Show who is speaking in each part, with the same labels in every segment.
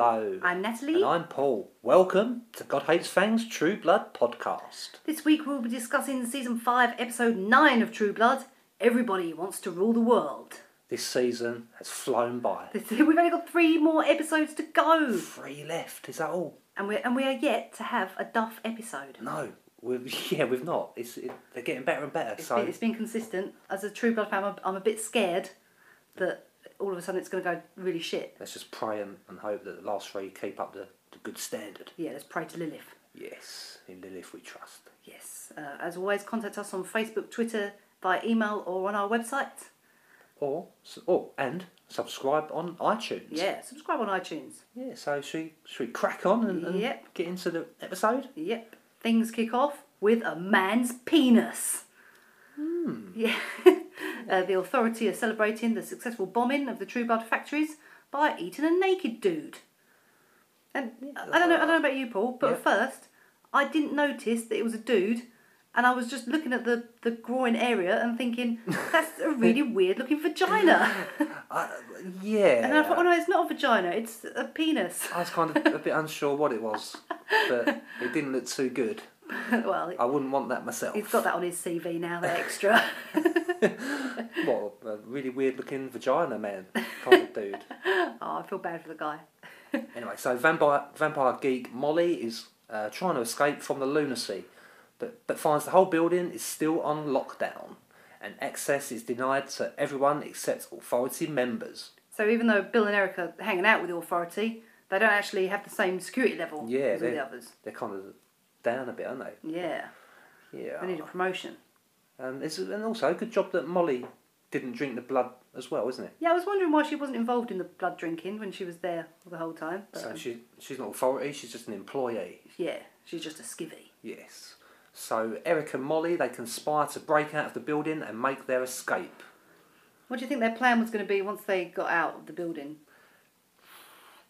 Speaker 1: I'm Natalie.
Speaker 2: And I'm Paul. Welcome to God Hates Fangs True Blood podcast.
Speaker 1: This week we'll be discussing season 5, episode 9 of True Blood Everybody Wants to Rule the World.
Speaker 2: This season has flown by.
Speaker 1: This- We've only got three more episodes to go,
Speaker 2: Three left, is that all?
Speaker 1: and we're, and we are yet to have a Duff episode.
Speaker 2: No, we've, yeah, we've not. It's, it, they're getting better and better.
Speaker 1: It's
Speaker 2: so
Speaker 1: been, it's been consistent. As a True Blood fan, I'm, I'm a bit scared that all of a sudden it's going to go really shit.
Speaker 2: let's just pray and, and hope that the last three keep up the, the good standard.
Speaker 1: Yeah, let's pray to Lilith.
Speaker 2: Yes, in Lilith we trust.
Speaker 1: Yes. Uh, as always, contact us on Facebook, Twitter, by email, or on our website.
Speaker 2: Or, or and subscribe on iTunes.
Speaker 1: Yeah, subscribe on iTunes.
Speaker 2: Yeah, so should we, should we crack on and, and
Speaker 1: Yep.
Speaker 2: get into the episode?
Speaker 1: Yep. Things kick off with a man's penis. Hmm. Yeah. uh, the authority are celebrating the successful bombing of the True Blood factories by eating a naked dude. And I don't know. I don't know about you, Paul, but at
Speaker 2: Yeah.
Speaker 1: first I didn't notice that it was a dude, and I was just looking at the the groin area and thinking that's a really weird looking vagina.
Speaker 2: Uh, yeah.
Speaker 1: And I thought, oh no, it's not a vagina, it's a penis.
Speaker 2: I was kind of a bit unsure what it was, but it didn't look too good.
Speaker 1: well,
Speaker 2: I wouldn't want that myself.
Speaker 1: he's got that on his CV now, the extra.
Speaker 2: What a really weird looking vagina man kind of dude.
Speaker 1: oh, I feel bad for the guy.
Speaker 2: Anyway, so vampire vampire geek Molly is uh, trying to escape from the lunacy, but but finds the whole building is still on lockdown, and access is denied to everyone except authority members.
Speaker 1: So even though Bill and Eric are hanging out with the authority, they don't actually have the same security level
Speaker 2: Yeah,
Speaker 1: as all
Speaker 2: they-
Speaker 1: the others.
Speaker 2: They're kind of down a bit, aren't they?
Speaker 1: Yeah, they
Speaker 2: Yeah.
Speaker 1: need a promotion.
Speaker 2: Um, it's, and also, good job that Molly didn't drink the blood as well, isn't it?
Speaker 1: Yeah, I was wondering why she wasn't involved in the blood drinking when she was there the whole time. But
Speaker 2: So
Speaker 1: um,
Speaker 2: she she's not authority. She's just an employee.
Speaker 1: yeah, she's just a skivvy.
Speaker 2: Yes. So Eric and Molly they conspire to break out of the building and make their escape.
Speaker 1: What do you think their plan was going to be once they got out of the building?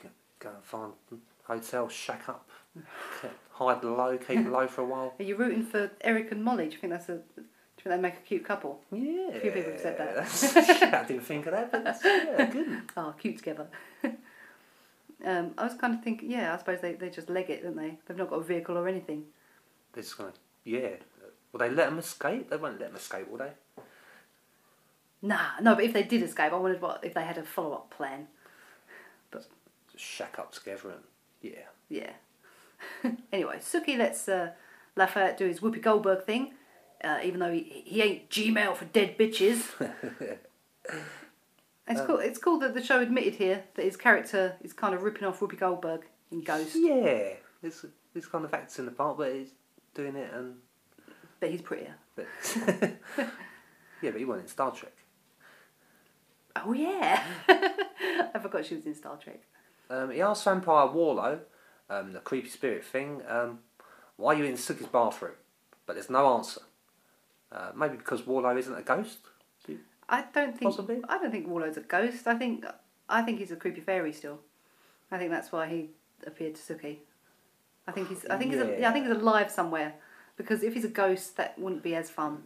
Speaker 2: Go- Go and find a hotel, shack up, hide low, keep low for a while.
Speaker 1: Are you rooting for Eric and Molly? Do you think that's a? Do you think they make a cute couple?
Speaker 2: Yeah. A
Speaker 1: few people have said that.
Speaker 2: I didn't think of that, but that's, yeah, good.
Speaker 1: Oh, cute together. um, I was kind of thinking, yeah, I suppose they, they just leg it, don't they? They've not got a vehicle or anything.
Speaker 2: They're just gonna, yeah. Will they let them escape? They won't let them escape, will they?
Speaker 1: Nah, no, but if they did escape, I wondered what if they had a follow up plan.
Speaker 2: Just shack up together and yeah.
Speaker 1: Yeah. anyway, Suki lets uh, Lafayette do his Whoopi Goldberg thing, uh, even though he, he ain't Gmail for dead bitches. it's cool. It's cool that the show admitted here that his character is kind of ripping off Whoopi Goldberg in Ghost,
Speaker 2: Yeah. It's it's kind of acting the part, but he's doing it and
Speaker 1: but he's prettier.
Speaker 2: but yeah, but he wasn't in Star Trek.
Speaker 1: Oh yeah, I forgot she was in Star Trek.
Speaker 2: Um, he asked Vampire Warlow, um, the creepy spirit thing, um, why are you in Suki's bathroom? But there's no answer. Uh, maybe because Warlow isn't a ghost?
Speaker 1: I don't think.
Speaker 2: Possibly.
Speaker 1: I don't think Warlow's a ghost. I think I think he's a creepy fairy still. I think that's why he appeared to Suki. I think he's. I think he's. A, yeah, I think he's alive somewhere. Because if he's a ghost, that wouldn't be as fun,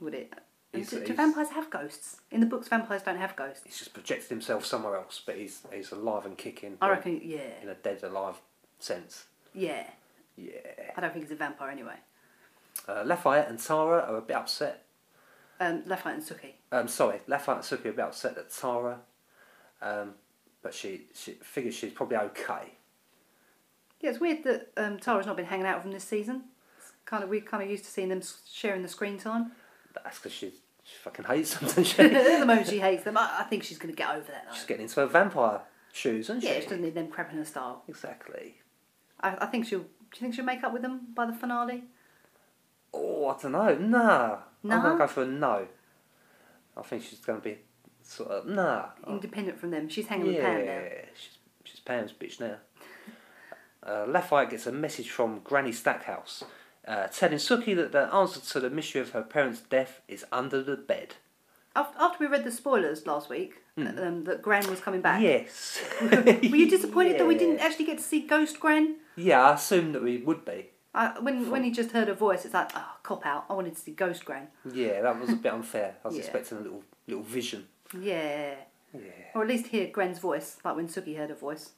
Speaker 1: would it? And
Speaker 2: He's-
Speaker 1: do, do
Speaker 2: he's-
Speaker 1: vampires have ghosts? In the books, vampires don't have ghosts.
Speaker 2: He's just projected himself somewhere else, but he's, he's alive and kicking.
Speaker 1: I
Speaker 2: but
Speaker 1: reckon. Yeah,
Speaker 2: In a dead alive sense.
Speaker 1: yeah.
Speaker 2: Yeah.
Speaker 1: I don't think he's a vampire anyway.
Speaker 2: Uh, Lafayette and Tara are a bit upset.
Speaker 1: Um, Lafayette and Suki.
Speaker 2: Um, sorry, Lafayette and Suki are a bit upset at Tara, um, but she, she figures she's probably okay.
Speaker 1: Yeah, it's weird that um, Tara's not been hanging out with them this season. It's kind of we kind of used to seeing them s- sharing the screen time.
Speaker 2: That's because she, she fucking hates them, doesn't she?
Speaker 1: at the moment, she hates them. I, I think she's going to get over that. Though.
Speaker 2: She's getting into her vampire shoes, isn't
Speaker 1: Yeah,
Speaker 2: she?
Speaker 1: she doesn't need them crapping her style.
Speaker 2: Exactly.
Speaker 1: I, I think she'll. Do you think she'll make up with them by the finale?
Speaker 2: Oh, I don't know. Nah. I'm
Speaker 1: Nah?
Speaker 2: going to go for a no. I think she's going to be sort of, nah.
Speaker 1: Independent from them, she's hanging with Pam now.
Speaker 2: Oh. yeah, she's, she's Pam's bitch now. Uh, Lafayette gets a message from Granny Stackhouse uh, telling Suki that the answer to the mystery of her parents' death is under the bed.
Speaker 1: After, after we read the spoilers last week,
Speaker 2: Hmm.
Speaker 1: um, that Gran was coming back.
Speaker 2: Yes.
Speaker 1: Were you disappointed that we didn't actually get to see Ghost Gran?
Speaker 2: Yeah, I assumed that we would be.
Speaker 1: I, when when he just heard her voice, it's like, oh, cop out. I wanted to see Ghost Gran.
Speaker 2: Yeah, that was a bit unfair. I was
Speaker 1: Yeah.
Speaker 2: expecting a little little vision.
Speaker 1: Yeah.
Speaker 2: Yeah.
Speaker 1: Or at least hear Gren's voice, like when Suki heard her voice.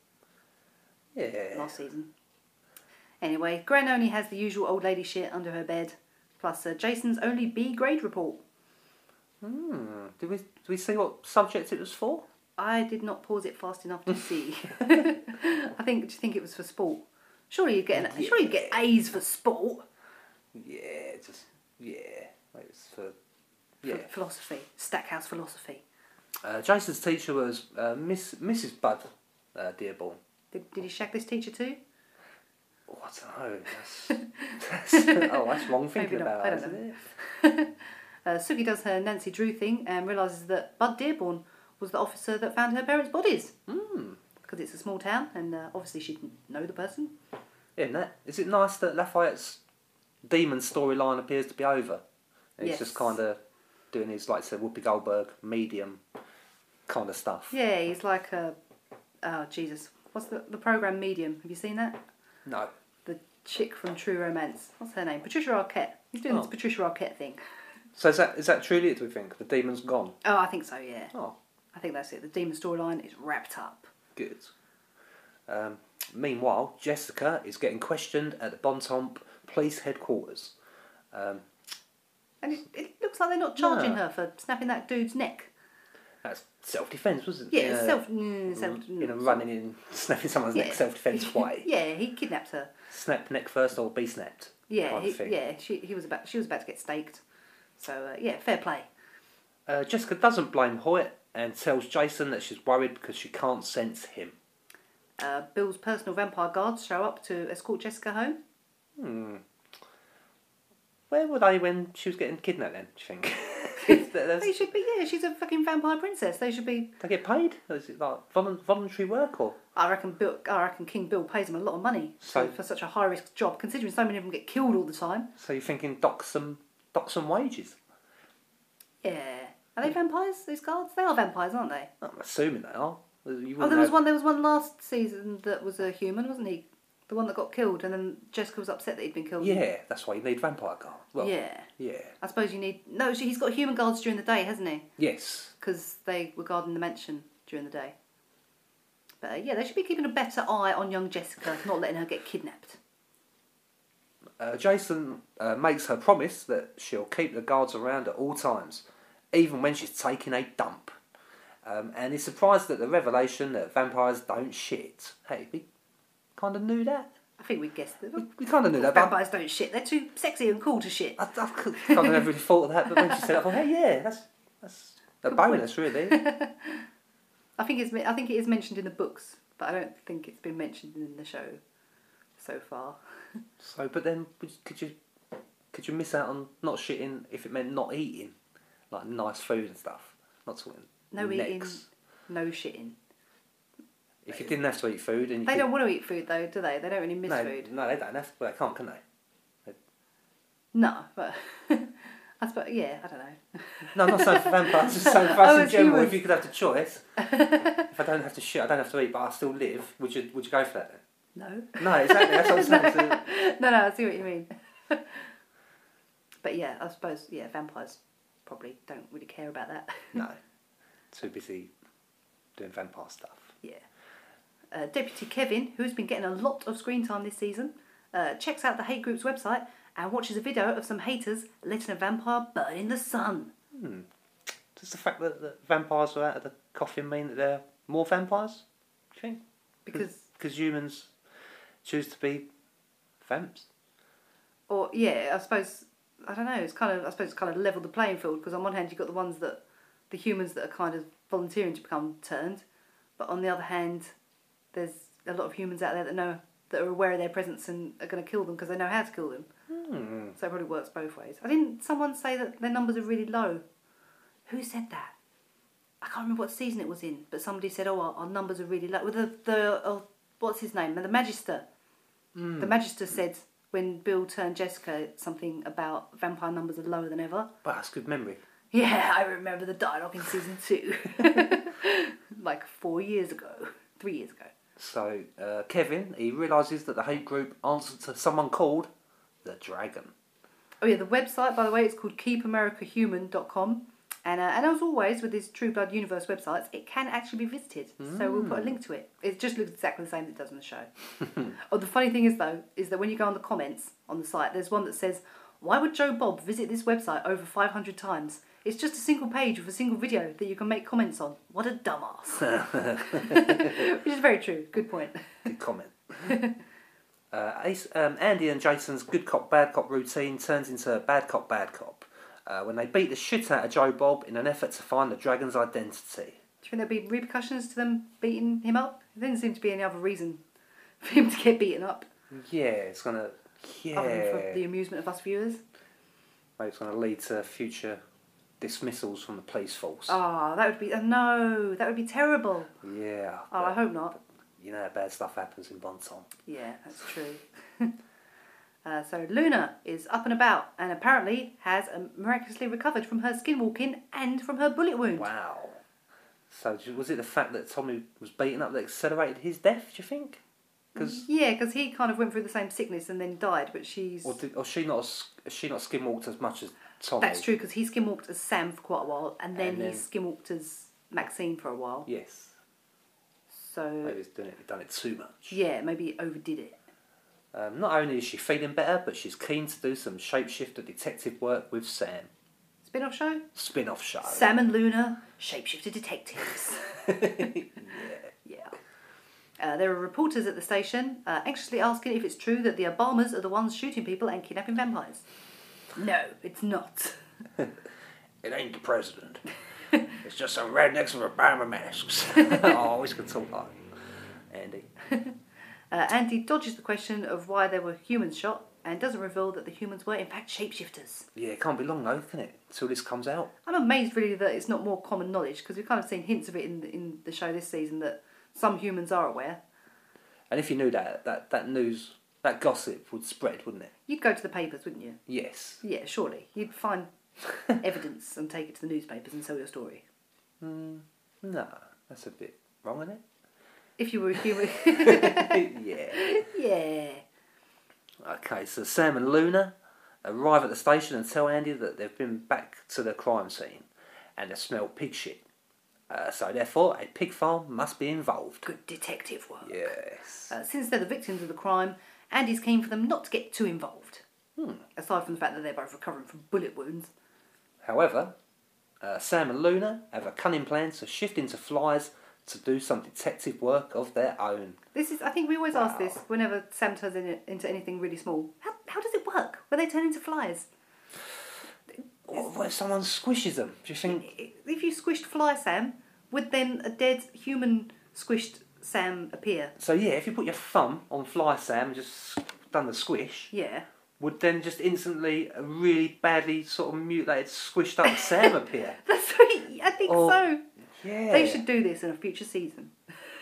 Speaker 2: Yeah.
Speaker 1: last season. Anyway, Gran only has the usual old lady shit under her bed, plus uh, Jason's only B grade report.
Speaker 2: Hmm. Did we, did we see what subject it was for?
Speaker 1: I did not pause it fast enough to see. I think. Do you think it was for sport? Surely you'd get an, surely you'd get A's for sport.
Speaker 2: Yeah, just. Yeah. It was for.
Speaker 1: Yeah.
Speaker 2: Yeah.
Speaker 1: Philosophy, Stackhouse philosophy.
Speaker 2: Uh, Jason's teacher was uh, Miss Mrs. Bud uh, Dearborn.
Speaker 1: Did, did he shack this teacher too?
Speaker 2: Oh, I don't know. That's, that's, oh, that's wrong thinking
Speaker 1: Maybe not,
Speaker 2: about
Speaker 1: I
Speaker 2: that,
Speaker 1: don't
Speaker 2: isn't
Speaker 1: know.
Speaker 2: it?
Speaker 1: Uh, Suki does her Nancy Drew thing and realizes that Bud Dearborn was the officer that found her parents' bodies.
Speaker 2: Hmm.
Speaker 1: Because it's a small town, and uh, obviously she didn't know the person.
Speaker 2: Isn't that? Is it nice that Lafayette's demon storyline appears to be over? And He's
Speaker 1: Yes.
Speaker 2: just kind of doing his, like I said, Whoopi Goldberg medium kind of stuff.
Speaker 1: Yeah, he's like a. Oh, Jesus. What's the, the program Medium? Have you seen that?
Speaker 2: No.
Speaker 1: The chick from True Romance. What's her name? Patricia Arquette. He's doing this
Speaker 2: Oh.
Speaker 1: Patricia Arquette thing.
Speaker 2: So is that is that truly it? Do we think the demon's gone?
Speaker 1: Oh, I think so, yeah.
Speaker 2: Oh,
Speaker 1: I think that's it. The demon storyline is wrapped up.
Speaker 2: good. Um, meanwhile, Jessica is getting questioned at the Bontemp police headquarters. Um,
Speaker 1: And it, it looks like they're not charging
Speaker 2: No.
Speaker 1: her for snapping that dude's neck.
Speaker 2: that's self-defense, wasn't
Speaker 1: Yeah,
Speaker 2: it?
Speaker 1: it's self. Mm,
Speaker 2: in
Speaker 1: self
Speaker 2: a, in a running in snapping someone's
Speaker 1: yeah.
Speaker 2: neck self-defense way.
Speaker 1: yeah, he kidnapped her.
Speaker 2: Snap neck first or be snapped.
Speaker 1: Yeah,
Speaker 2: kind
Speaker 1: he,
Speaker 2: of thing.
Speaker 1: yeah. She he was about she was about to get staked. So uh, yeah, fair play.
Speaker 2: Uh, Jessica doesn't blame Hoyt and tells Jason that she's worried because she can't sense him.
Speaker 1: Uh, Bill's personal vampire guards show up to escort Jessica home.
Speaker 2: Where were they when she was getting kidnapped then, do you think? If there-
Speaker 1: They
Speaker 2: there's-
Speaker 1: should be yeah. She's a fucking vampire princess. They should be.
Speaker 2: they get paid? Or Is it like volun- voluntary work or?
Speaker 1: I reckon Bill. I reckon King Bill pays them a lot of money
Speaker 2: So-
Speaker 1: for, for such a high risk job. Considering so many of them get killed all the time.
Speaker 2: So you're thinking dock some, dock some wages?
Speaker 1: Yeah. Are they
Speaker 2: Hmm.
Speaker 1: vampires? These guards? They are vampires, aren't they?
Speaker 2: I'm assuming they are. You wouldn't
Speaker 1: Oh, there was
Speaker 2: have-
Speaker 1: one. There was one last season that was a human, wasn't he? The one that got killed, and then Jessica was upset that he'd been killed.
Speaker 2: Yeah, that's why you need vampire guard. Well, yeah.
Speaker 1: yeah. I suppose you need no. she- He's got human guards during the day, hasn't he?
Speaker 2: Yes.
Speaker 1: Because they were guarding the mansion during the day. But uh, yeah, they should be keeping a better eye on young Jessica, not letting her get kidnapped.
Speaker 2: Uh, Jason uh, makes her promise that she'll keep the guards around at all times, even when she's taking a dump. Um, and he's surprised at the revelation that vampires don't shit. Hey, we kind of knew that.
Speaker 1: I think we guessed that.
Speaker 2: We, we kind of knew that, but
Speaker 1: Vampires don't shit. They're too sexy and cool to shit.
Speaker 2: I, I, kind of never really thought of that. But when she said, it, I thought, hey, yeah, that's that's a bonus, really.
Speaker 1: I think it's. I think it is mentioned in the books, but I don't think it's been mentioned in the show so far.
Speaker 2: So, but then would- could you could you miss out on not shitting if it meant not eating, like nice food and stuff? Not talking
Speaker 1: No eating,
Speaker 2: necks.
Speaker 1: no shitting.
Speaker 2: If you didn't have to eat food and you
Speaker 1: They
Speaker 2: could-
Speaker 1: don't want to eat food though, do they? They don't really miss
Speaker 2: no,
Speaker 1: food.
Speaker 2: No, they don't. That's, well, they can't, can they?
Speaker 1: No, but I suppose yeah, I don't know.
Speaker 2: No, I'm not saying for vampires. Just saying for
Speaker 1: Oh,
Speaker 2: us in
Speaker 1: it's
Speaker 2: general.
Speaker 1: humans.
Speaker 2: If you could have the choice, if I don't have to shit, I don't have to eat, but I still live. Would you Would you go for that?
Speaker 1: No,
Speaker 2: Then? No, exactly. That's what I'm saying. So,
Speaker 1: no, no. I see what you mean. but yeah, I suppose yeah, vampires probably don't really care about that.
Speaker 2: no, too busy doing vampire stuff.
Speaker 1: yeah. Uh, Deputy Kevin, who's been getting a lot of screen time this season, uh, checks out the hate group's website and watches a video of some haters letting a vampire burn in the sun.
Speaker 2: Does the fact that, that vampires are out of the coffin mean that they're more vampires? Do you think?
Speaker 1: Because
Speaker 2: Because humans choose to be vamps.
Speaker 1: or yeah, I suppose I don't know. It's kind of I suppose it's kind of leveled the playing field because on one hand you've got the ones that the humans that are kind of volunteering to become turned, but on the other hand, there's a lot of humans out there that know that are aware of their presence and are going to kill them because they know how to kill them. So it probably works both ways. I didn't someone say that their numbers are really low. Who said that? I can't remember what season it was in, but somebody said, "Oh, our, our numbers are really low." Well, the the uh, what's his name? The Magister. The Magister said when Bill turned Jessica something about vampire numbers are lower than ever.
Speaker 2: Well, that's good memory.
Speaker 1: Yeah, I remember the dialogue in season two, like four years ago, three years ago.
Speaker 2: So uh, Kevin, he realizes that the hate group answered to someone called the Dragon.
Speaker 1: Oh yeah, the website by the way, it's called keepamericahuman.com And, uh, and as always, with these True Blood Universe websites, it can actually be visited. So we'll put a link to it. It just looks exactly the same as it does on the show. oh, the funny thing is, though, is that when you go on the comments on the site, there's one that says, Why would Joe Bob visit this website over 500 times? It's just a single page with a single video that you can make comments on. What a dumbass. Which is very true. Good point.
Speaker 2: Good comment. uh, Ace, um, Andy and Jason's good cop, bad cop routine turns into a bad cop, bad cop uh, when they beat the shit out of Joe Bob in an effort to find the dragon's identity.
Speaker 1: Do you think there'll be repercussions to them beating him up? There didn't seem to be any other reason for him to get beaten up,
Speaker 2: Yeah, it's gonna.
Speaker 1: other than
Speaker 2: Yeah.
Speaker 1: for the amusement of us viewers.
Speaker 2: Maybe it's gonna lead to future dismissals from the police force.
Speaker 1: Ah, that would be oh, no, that would be terrible.
Speaker 2: Yeah.
Speaker 1: Oh, I
Speaker 2: but
Speaker 1: hope not.
Speaker 2: You know, bad stuff happens in Bonton.
Speaker 1: Yeah, that's true. uh, so Luna is up and about, and apparently has um, miraculously recovered from her skinwalking and from her bullet wound.
Speaker 2: Wow. So do- was it the fact that Tommy was beaten up that accelerated his death? Do you think? Because
Speaker 1: Yeah, because he kind of went through the same sickness and then died, but she's.
Speaker 2: or, did- or she not s- she not skinwalked as much as Tommy?
Speaker 1: That's true because he skinwalked as Sam for quite a while, and then,
Speaker 2: And then-
Speaker 1: he skinwalked as Maxine for a while.
Speaker 2: Yes.
Speaker 1: So
Speaker 2: Maybe he's done it, done it too much.
Speaker 1: yeah, maybe he overdid it.
Speaker 2: Um, not only is she feeling better, but she's keen to do some shapeshifter detective work with Sam.
Speaker 1: Spin-off show.
Speaker 2: Spin-off show.
Speaker 1: Sam and Luna, shapeshifter detectives. yeah. Uh, there are reporters at the station uh, anxiously asking if it's true that the Obamas are the ones shooting people and kidnapping vampires. No, it's not.
Speaker 2: It ain't the president. it's just some rednecks with Obama masks. I always could talk like Andy.
Speaker 1: Uh, Andy dodges the question of why there were humans shot and doesn't reveal that the humans were in fact shapeshifters.
Speaker 2: Yeah, it can't be long though, can it? Till this comes out.
Speaker 1: I'm amazed really that it's not more common knowledge because we've kind of seen hints of it in the, in the show this season that some humans are aware.
Speaker 2: And if you knew that, that, that news, that gossip would spread, wouldn't it?
Speaker 1: You'd go to the papers, wouldn't you?
Speaker 2: Yes.
Speaker 1: Yeah, surely. You'd find evidence and take it to the newspapers and sell your story.
Speaker 2: No, that's a bit wrong, isn't
Speaker 1: If you were a human.
Speaker 2: it? yeah.
Speaker 1: yeah.
Speaker 2: Okay, so Sam and Luna arrive at the station and tell Andy that they've been back to the crime scene and they smell pig shit. Uh, so therefore, a pig farm must be involved.
Speaker 1: Good detective work.
Speaker 2: Yes.
Speaker 1: Uh, since they're the victims of the crime, Andy's keen for them not to get too involved.
Speaker 2: Hmm.
Speaker 1: Aside from the fact that they're both recovering from bullet wounds.
Speaker 2: However, uh, Sam and Luna have a cunning plan to shift into flies to do some detective work of their own.
Speaker 1: This is, I think we always ask this whenever Sam turns in, into anything really small. How, how does it work? When they turn into flies?
Speaker 2: What what if someone squishes them? Do you think?
Speaker 1: If you squished fly Sam, would then a dead human squished Sam appear?
Speaker 2: So yeah, if you put your thumb on Fly Sam and just done the squish,
Speaker 1: Yeah.
Speaker 2: would then just instantly a really badly sort of mutilated, squished up Sam appear?
Speaker 1: That's right. I think
Speaker 2: Or-
Speaker 1: so.
Speaker 2: Yeah.
Speaker 1: They should do this in a future season.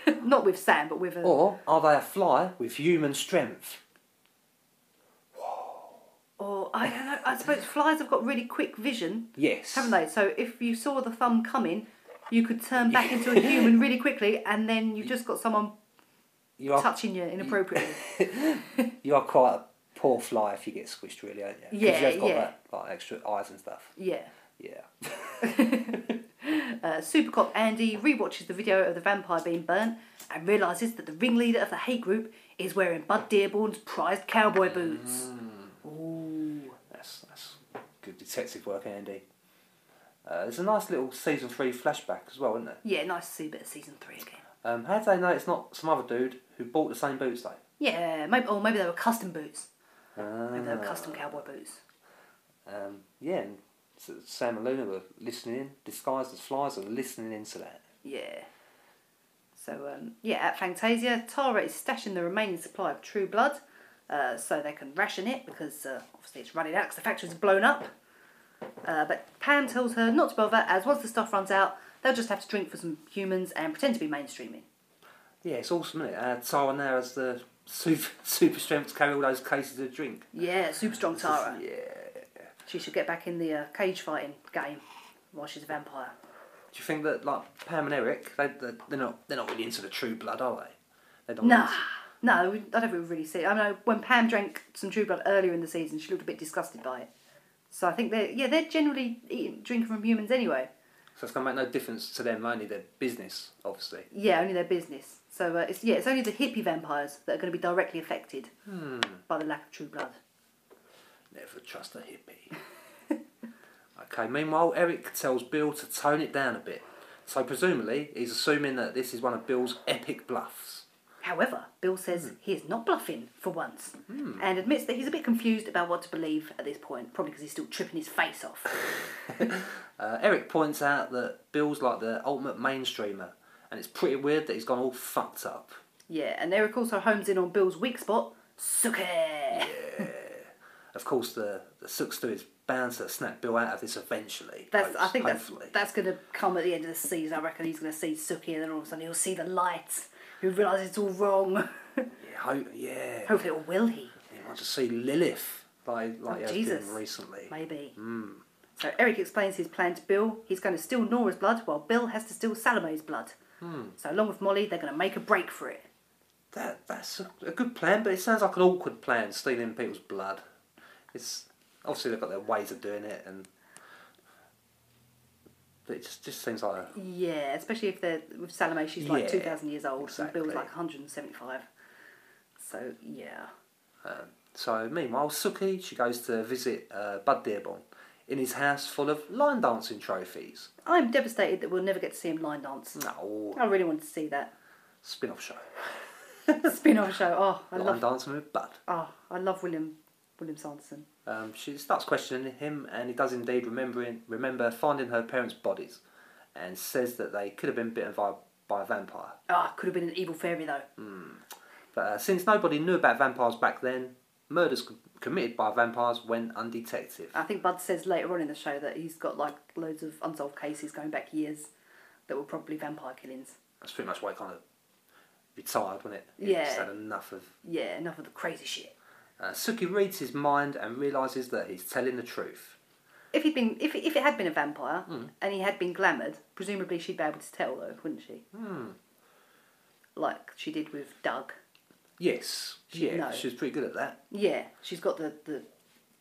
Speaker 1: Not with Sam, but with a.
Speaker 2: Or are they a fly with human strength?
Speaker 1: Or I don't know. I suppose flies have got really quick vision,
Speaker 2: Yes.
Speaker 1: haven't they? So if you saw the thumb coming, you could turn back into a human really quickly, and then you've just got someone
Speaker 2: You are
Speaker 1: touching you inappropriately.
Speaker 2: you are quite a poor fly if you get squished, really, aren't you? 'Cause
Speaker 1: Yeah,
Speaker 2: you have got
Speaker 1: yeah.
Speaker 2: that like extra eyes and stuff.
Speaker 1: yeah.
Speaker 2: Yeah.
Speaker 1: Uh, Supercop Andy rewatches the video of the vampire being burnt and realizes that the ringleader of the hate group is wearing Bud Dearborn's prized cowboy boots.
Speaker 2: Mm.
Speaker 1: Ooh.
Speaker 2: That's that's good detective work, Andy. Uh, there's a nice little season three flashback as well, isn't there?
Speaker 1: Yeah, nice to see a bit of season three again.
Speaker 2: Um, how do they know it's not some other dude who bought the same boots though?
Speaker 1: Yeah, maybe or maybe they were custom boots. Maybe they were
Speaker 2: Ah.
Speaker 1: custom cowboy boots.
Speaker 2: Um, yeah, and so Sam and Luna were listening in, disguised as flies, and listening into that.
Speaker 1: Yeah. So um, yeah, at Fantasia, Tara is stashing the remaining supply of True Blood, uh, so they can ration it because uh, obviously it's running out because the factory's blown up. Uh, but Pam tells her not to bother, as once the stuff runs out, they'll just have to drink for some humans and pretend to be mainstreaming.
Speaker 2: Yeah, it's awesome, isn't it? Uh, Tara now has the super, super strength to carry all those cases of drink.
Speaker 1: Yeah, super strong Tara.
Speaker 2: Yeah.
Speaker 1: She should get back in the uh, cage fighting game while she's a vampire.
Speaker 2: Do you think that like Pam and Eric, they they- they're not they're not really into the true blood, are they? They don't.
Speaker 1: Nah.
Speaker 2: really-
Speaker 1: No, we- I don't think we really see. It. I know when Pam drank some True Blood earlier in the season, she looked a bit disgusted by it. So I think they're yeah they're generally eating, drinking from humans anyway.
Speaker 2: So it's going to make no difference to them, only their business, obviously.
Speaker 1: Yeah, only their business. So uh, it's yeah, it's only the hippie vampires that are going to be directly affected by the lack of true blood.
Speaker 2: Never trust a hippie. okay, meanwhile, Eric tells Bill to tone it down a bit. So, presumably, he's assuming that this is one of Bill's epic bluffs.
Speaker 1: However, Bill says he is not bluffing for once and admits that he's a bit confused about what to believe at this point, probably because he's still tripping his face off.
Speaker 2: Uh, Eric points out that Bill's like the ultimate mainstreamer, and it's pretty weird that he's gone all fucked up.
Speaker 1: yeah, and Eric also homes in on Bill's weak spot, Suke.
Speaker 2: Of course, the, the Sookster is bound to snap Bill out of this eventually.
Speaker 1: That's, I
Speaker 2: hopes-
Speaker 1: think that's,
Speaker 2: hopefully.
Speaker 1: that's going to come at the end of the season. I reckon he's going to see Suki and then all of a sudden he'll see the light. He'll realise it's all wrong.
Speaker 2: Yeah, ho- yeah.
Speaker 1: Hopefully, or will he?
Speaker 2: He might just see Lilith, like, like
Speaker 1: Oh,
Speaker 2: he has
Speaker 1: Jesus.
Speaker 2: been recently.
Speaker 1: Maybe. So Eric explains his plan to Bill. He's going to steal Nora's blood while Bill has to steal Salome's blood. So along with Molly, they're going to make a break for it.
Speaker 2: That, that's a, a good plan, but it sounds like an awkward plan, stealing people's blood. It's Obviously, they've got their ways of doing it, and but it just, just seems like a,
Speaker 1: Yeah, especially if they're with Salome, she's like
Speaker 2: Yeah,
Speaker 1: 2,000 years old and
Speaker 2: exactly.
Speaker 1: Bill's like 175. So yeah.
Speaker 2: So meanwhile, Suki she goes to visit uh, Bud Dearborn in his house full of line dancing trophies.
Speaker 1: I'm devastated that we'll never get to see him line dance.
Speaker 2: No,
Speaker 1: I really wanted to see that
Speaker 2: spin-off show.
Speaker 1: spin-off show. Oh, I
Speaker 2: line
Speaker 1: love.
Speaker 2: dancing with Bud.
Speaker 1: Oh, I love William William Sanderson.
Speaker 2: Um, she starts questioning him, and he does indeed remembering remember finding her parents' bodies, and says that they could have been bitten by by a vampire.
Speaker 1: Ah, could have been an evil fairy though.
Speaker 2: But uh, since nobody knew about vampires back then, murders c- committed by vampires went undetected.
Speaker 1: I think Bud says later on in the show that he's got like loads of unsolved cases going back years that were probably vampire killings.
Speaker 2: That's pretty much why he kind of retired, wasn't it? He
Speaker 1: Yeah.
Speaker 2: just had enough of
Speaker 1: Yeah, enough of the crazy shit.
Speaker 2: Uh, Suki reads his mind and realizes that he's telling the truth.
Speaker 1: If he'd been, if if it had been a vampire and he had been glamoured, presumably she'd be able to tell though, wouldn't she? Like she did with Doug.
Speaker 2: Yes, yeah,
Speaker 1: No.
Speaker 2: she was pretty good at that.
Speaker 1: Yeah, she's got the the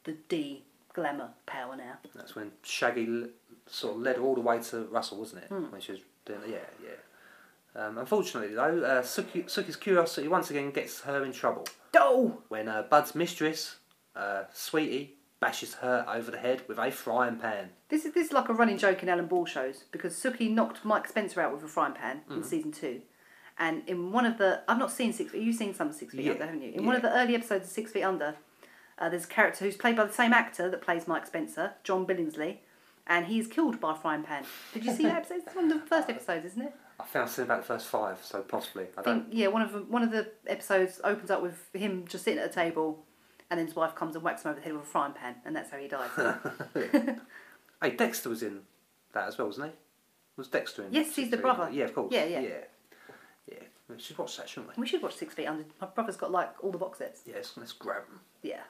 Speaker 1: the D glamour power now.
Speaker 2: That's when Shaggy l- sort of led her all the way to Russell, wasn't it? When she was doing, yeah, yeah. Um, unfortunately, though, uh, Suki, Suki's curiosity once again gets her in trouble
Speaker 1: Oh,
Speaker 2: when uh, Bud's mistress, uh, Sweetie, bashes her over the head with a frying pan.
Speaker 1: this is this is like a running joke in Alan Ball shows because Sookie knocked Mike Spencer out with a frying pan
Speaker 2: Mm-hmm.
Speaker 1: in season two, and in one of the I've not seen Six Feet. You've seen some Six Feet
Speaker 2: Yeah,
Speaker 1: Under, haven't you? In one of
Speaker 2: yeah.
Speaker 1: the early episodes of Six Feet Under, uh, there's a character who's played by the same actor that plays Mike Spencer, John Billingsley, and he is killed by a frying pan. Did you see that episode? It's one of the first episodes, isn't it?
Speaker 2: I think I've seen about the first five, so possibly. I
Speaker 1: I think
Speaker 2: don't.
Speaker 1: yeah, one of the, one of the episodes opens up with him just sitting at a table, and then his wife comes and whacks him over the head with a frying pan, and that's how he dies.
Speaker 2: Hey, Dexter was in that as well, wasn't he? Was Dexter in?
Speaker 1: Yes, he's the
Speaker 2: Suki?
Speaker 1: brother.
Speaker 2: Yeah, of course.
Speaker 1: Yeah, yeah.
Speaker 2: yeah. yeah. We should watch that, shouldn't we?
Speaker 1: we should watch Six Feet Under. My brother's got like all the box sets.
Speaker 2: Yes, let's grab them.
Speaker 1: Yeah.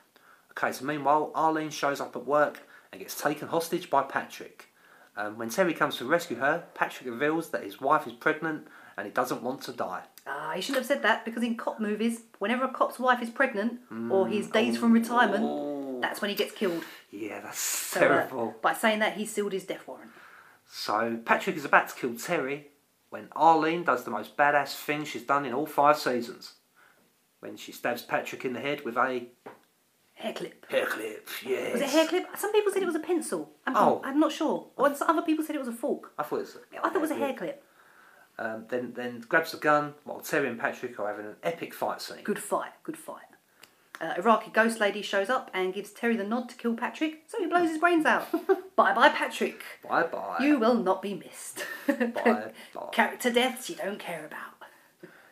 Speaker 2: Okay, so meanwhile, Arlene shows up at work and gets taken hostage by Patrick. Um, when Terry comes to rescue her, Patrick reveals that his wife is pregnant and he doesn't want to die.
Speaker 1: Ah, you shouldn't have said that because in cop movies, whenever a cop's wife is pregnant
Speaker 2: Mm.
Speaker 1: or he's days from retirement, that's when he gets killed.
Speaker 2: Yeah, that's
Speaker 1: So, uh,
Speaker 2: Oh. terrible.
Speaker 1: by saying that, he sealed his death warrant.
Speaker 2: So Patrick is about to kill Terry when Arlene does the most badass thing she's done in all five seasons. When she stabs Patrick in the head with a
Speaker 1: Hair clip.
Speaker 2: hair clip. Yes.
Speaker 1: Was it a hair clip? Some people said it was a pencil. I'm,
Speaker 2: Oh.
Speaker 1: I'm not sure. Or some other people said it was a fork.
Speaker 2: I thought it was.
Speaker 1: I thought it was a hair clip.
Speaker 2: Um, then, then grabs the gun while Terry and Patrick are having an epic fight scene.
Speaker 1: Good fight, good fight. Uh, Iraqi ghost lady shows up and gives Terry the nod to kill Patrick, so he blows his brains out. bye bye, Patrick.
Speaker 2: Bye bye.
Speaker 1: You will not be missed.
Speaker 2: Bye, bye.
Speaker 1: Character deaths you don't care about.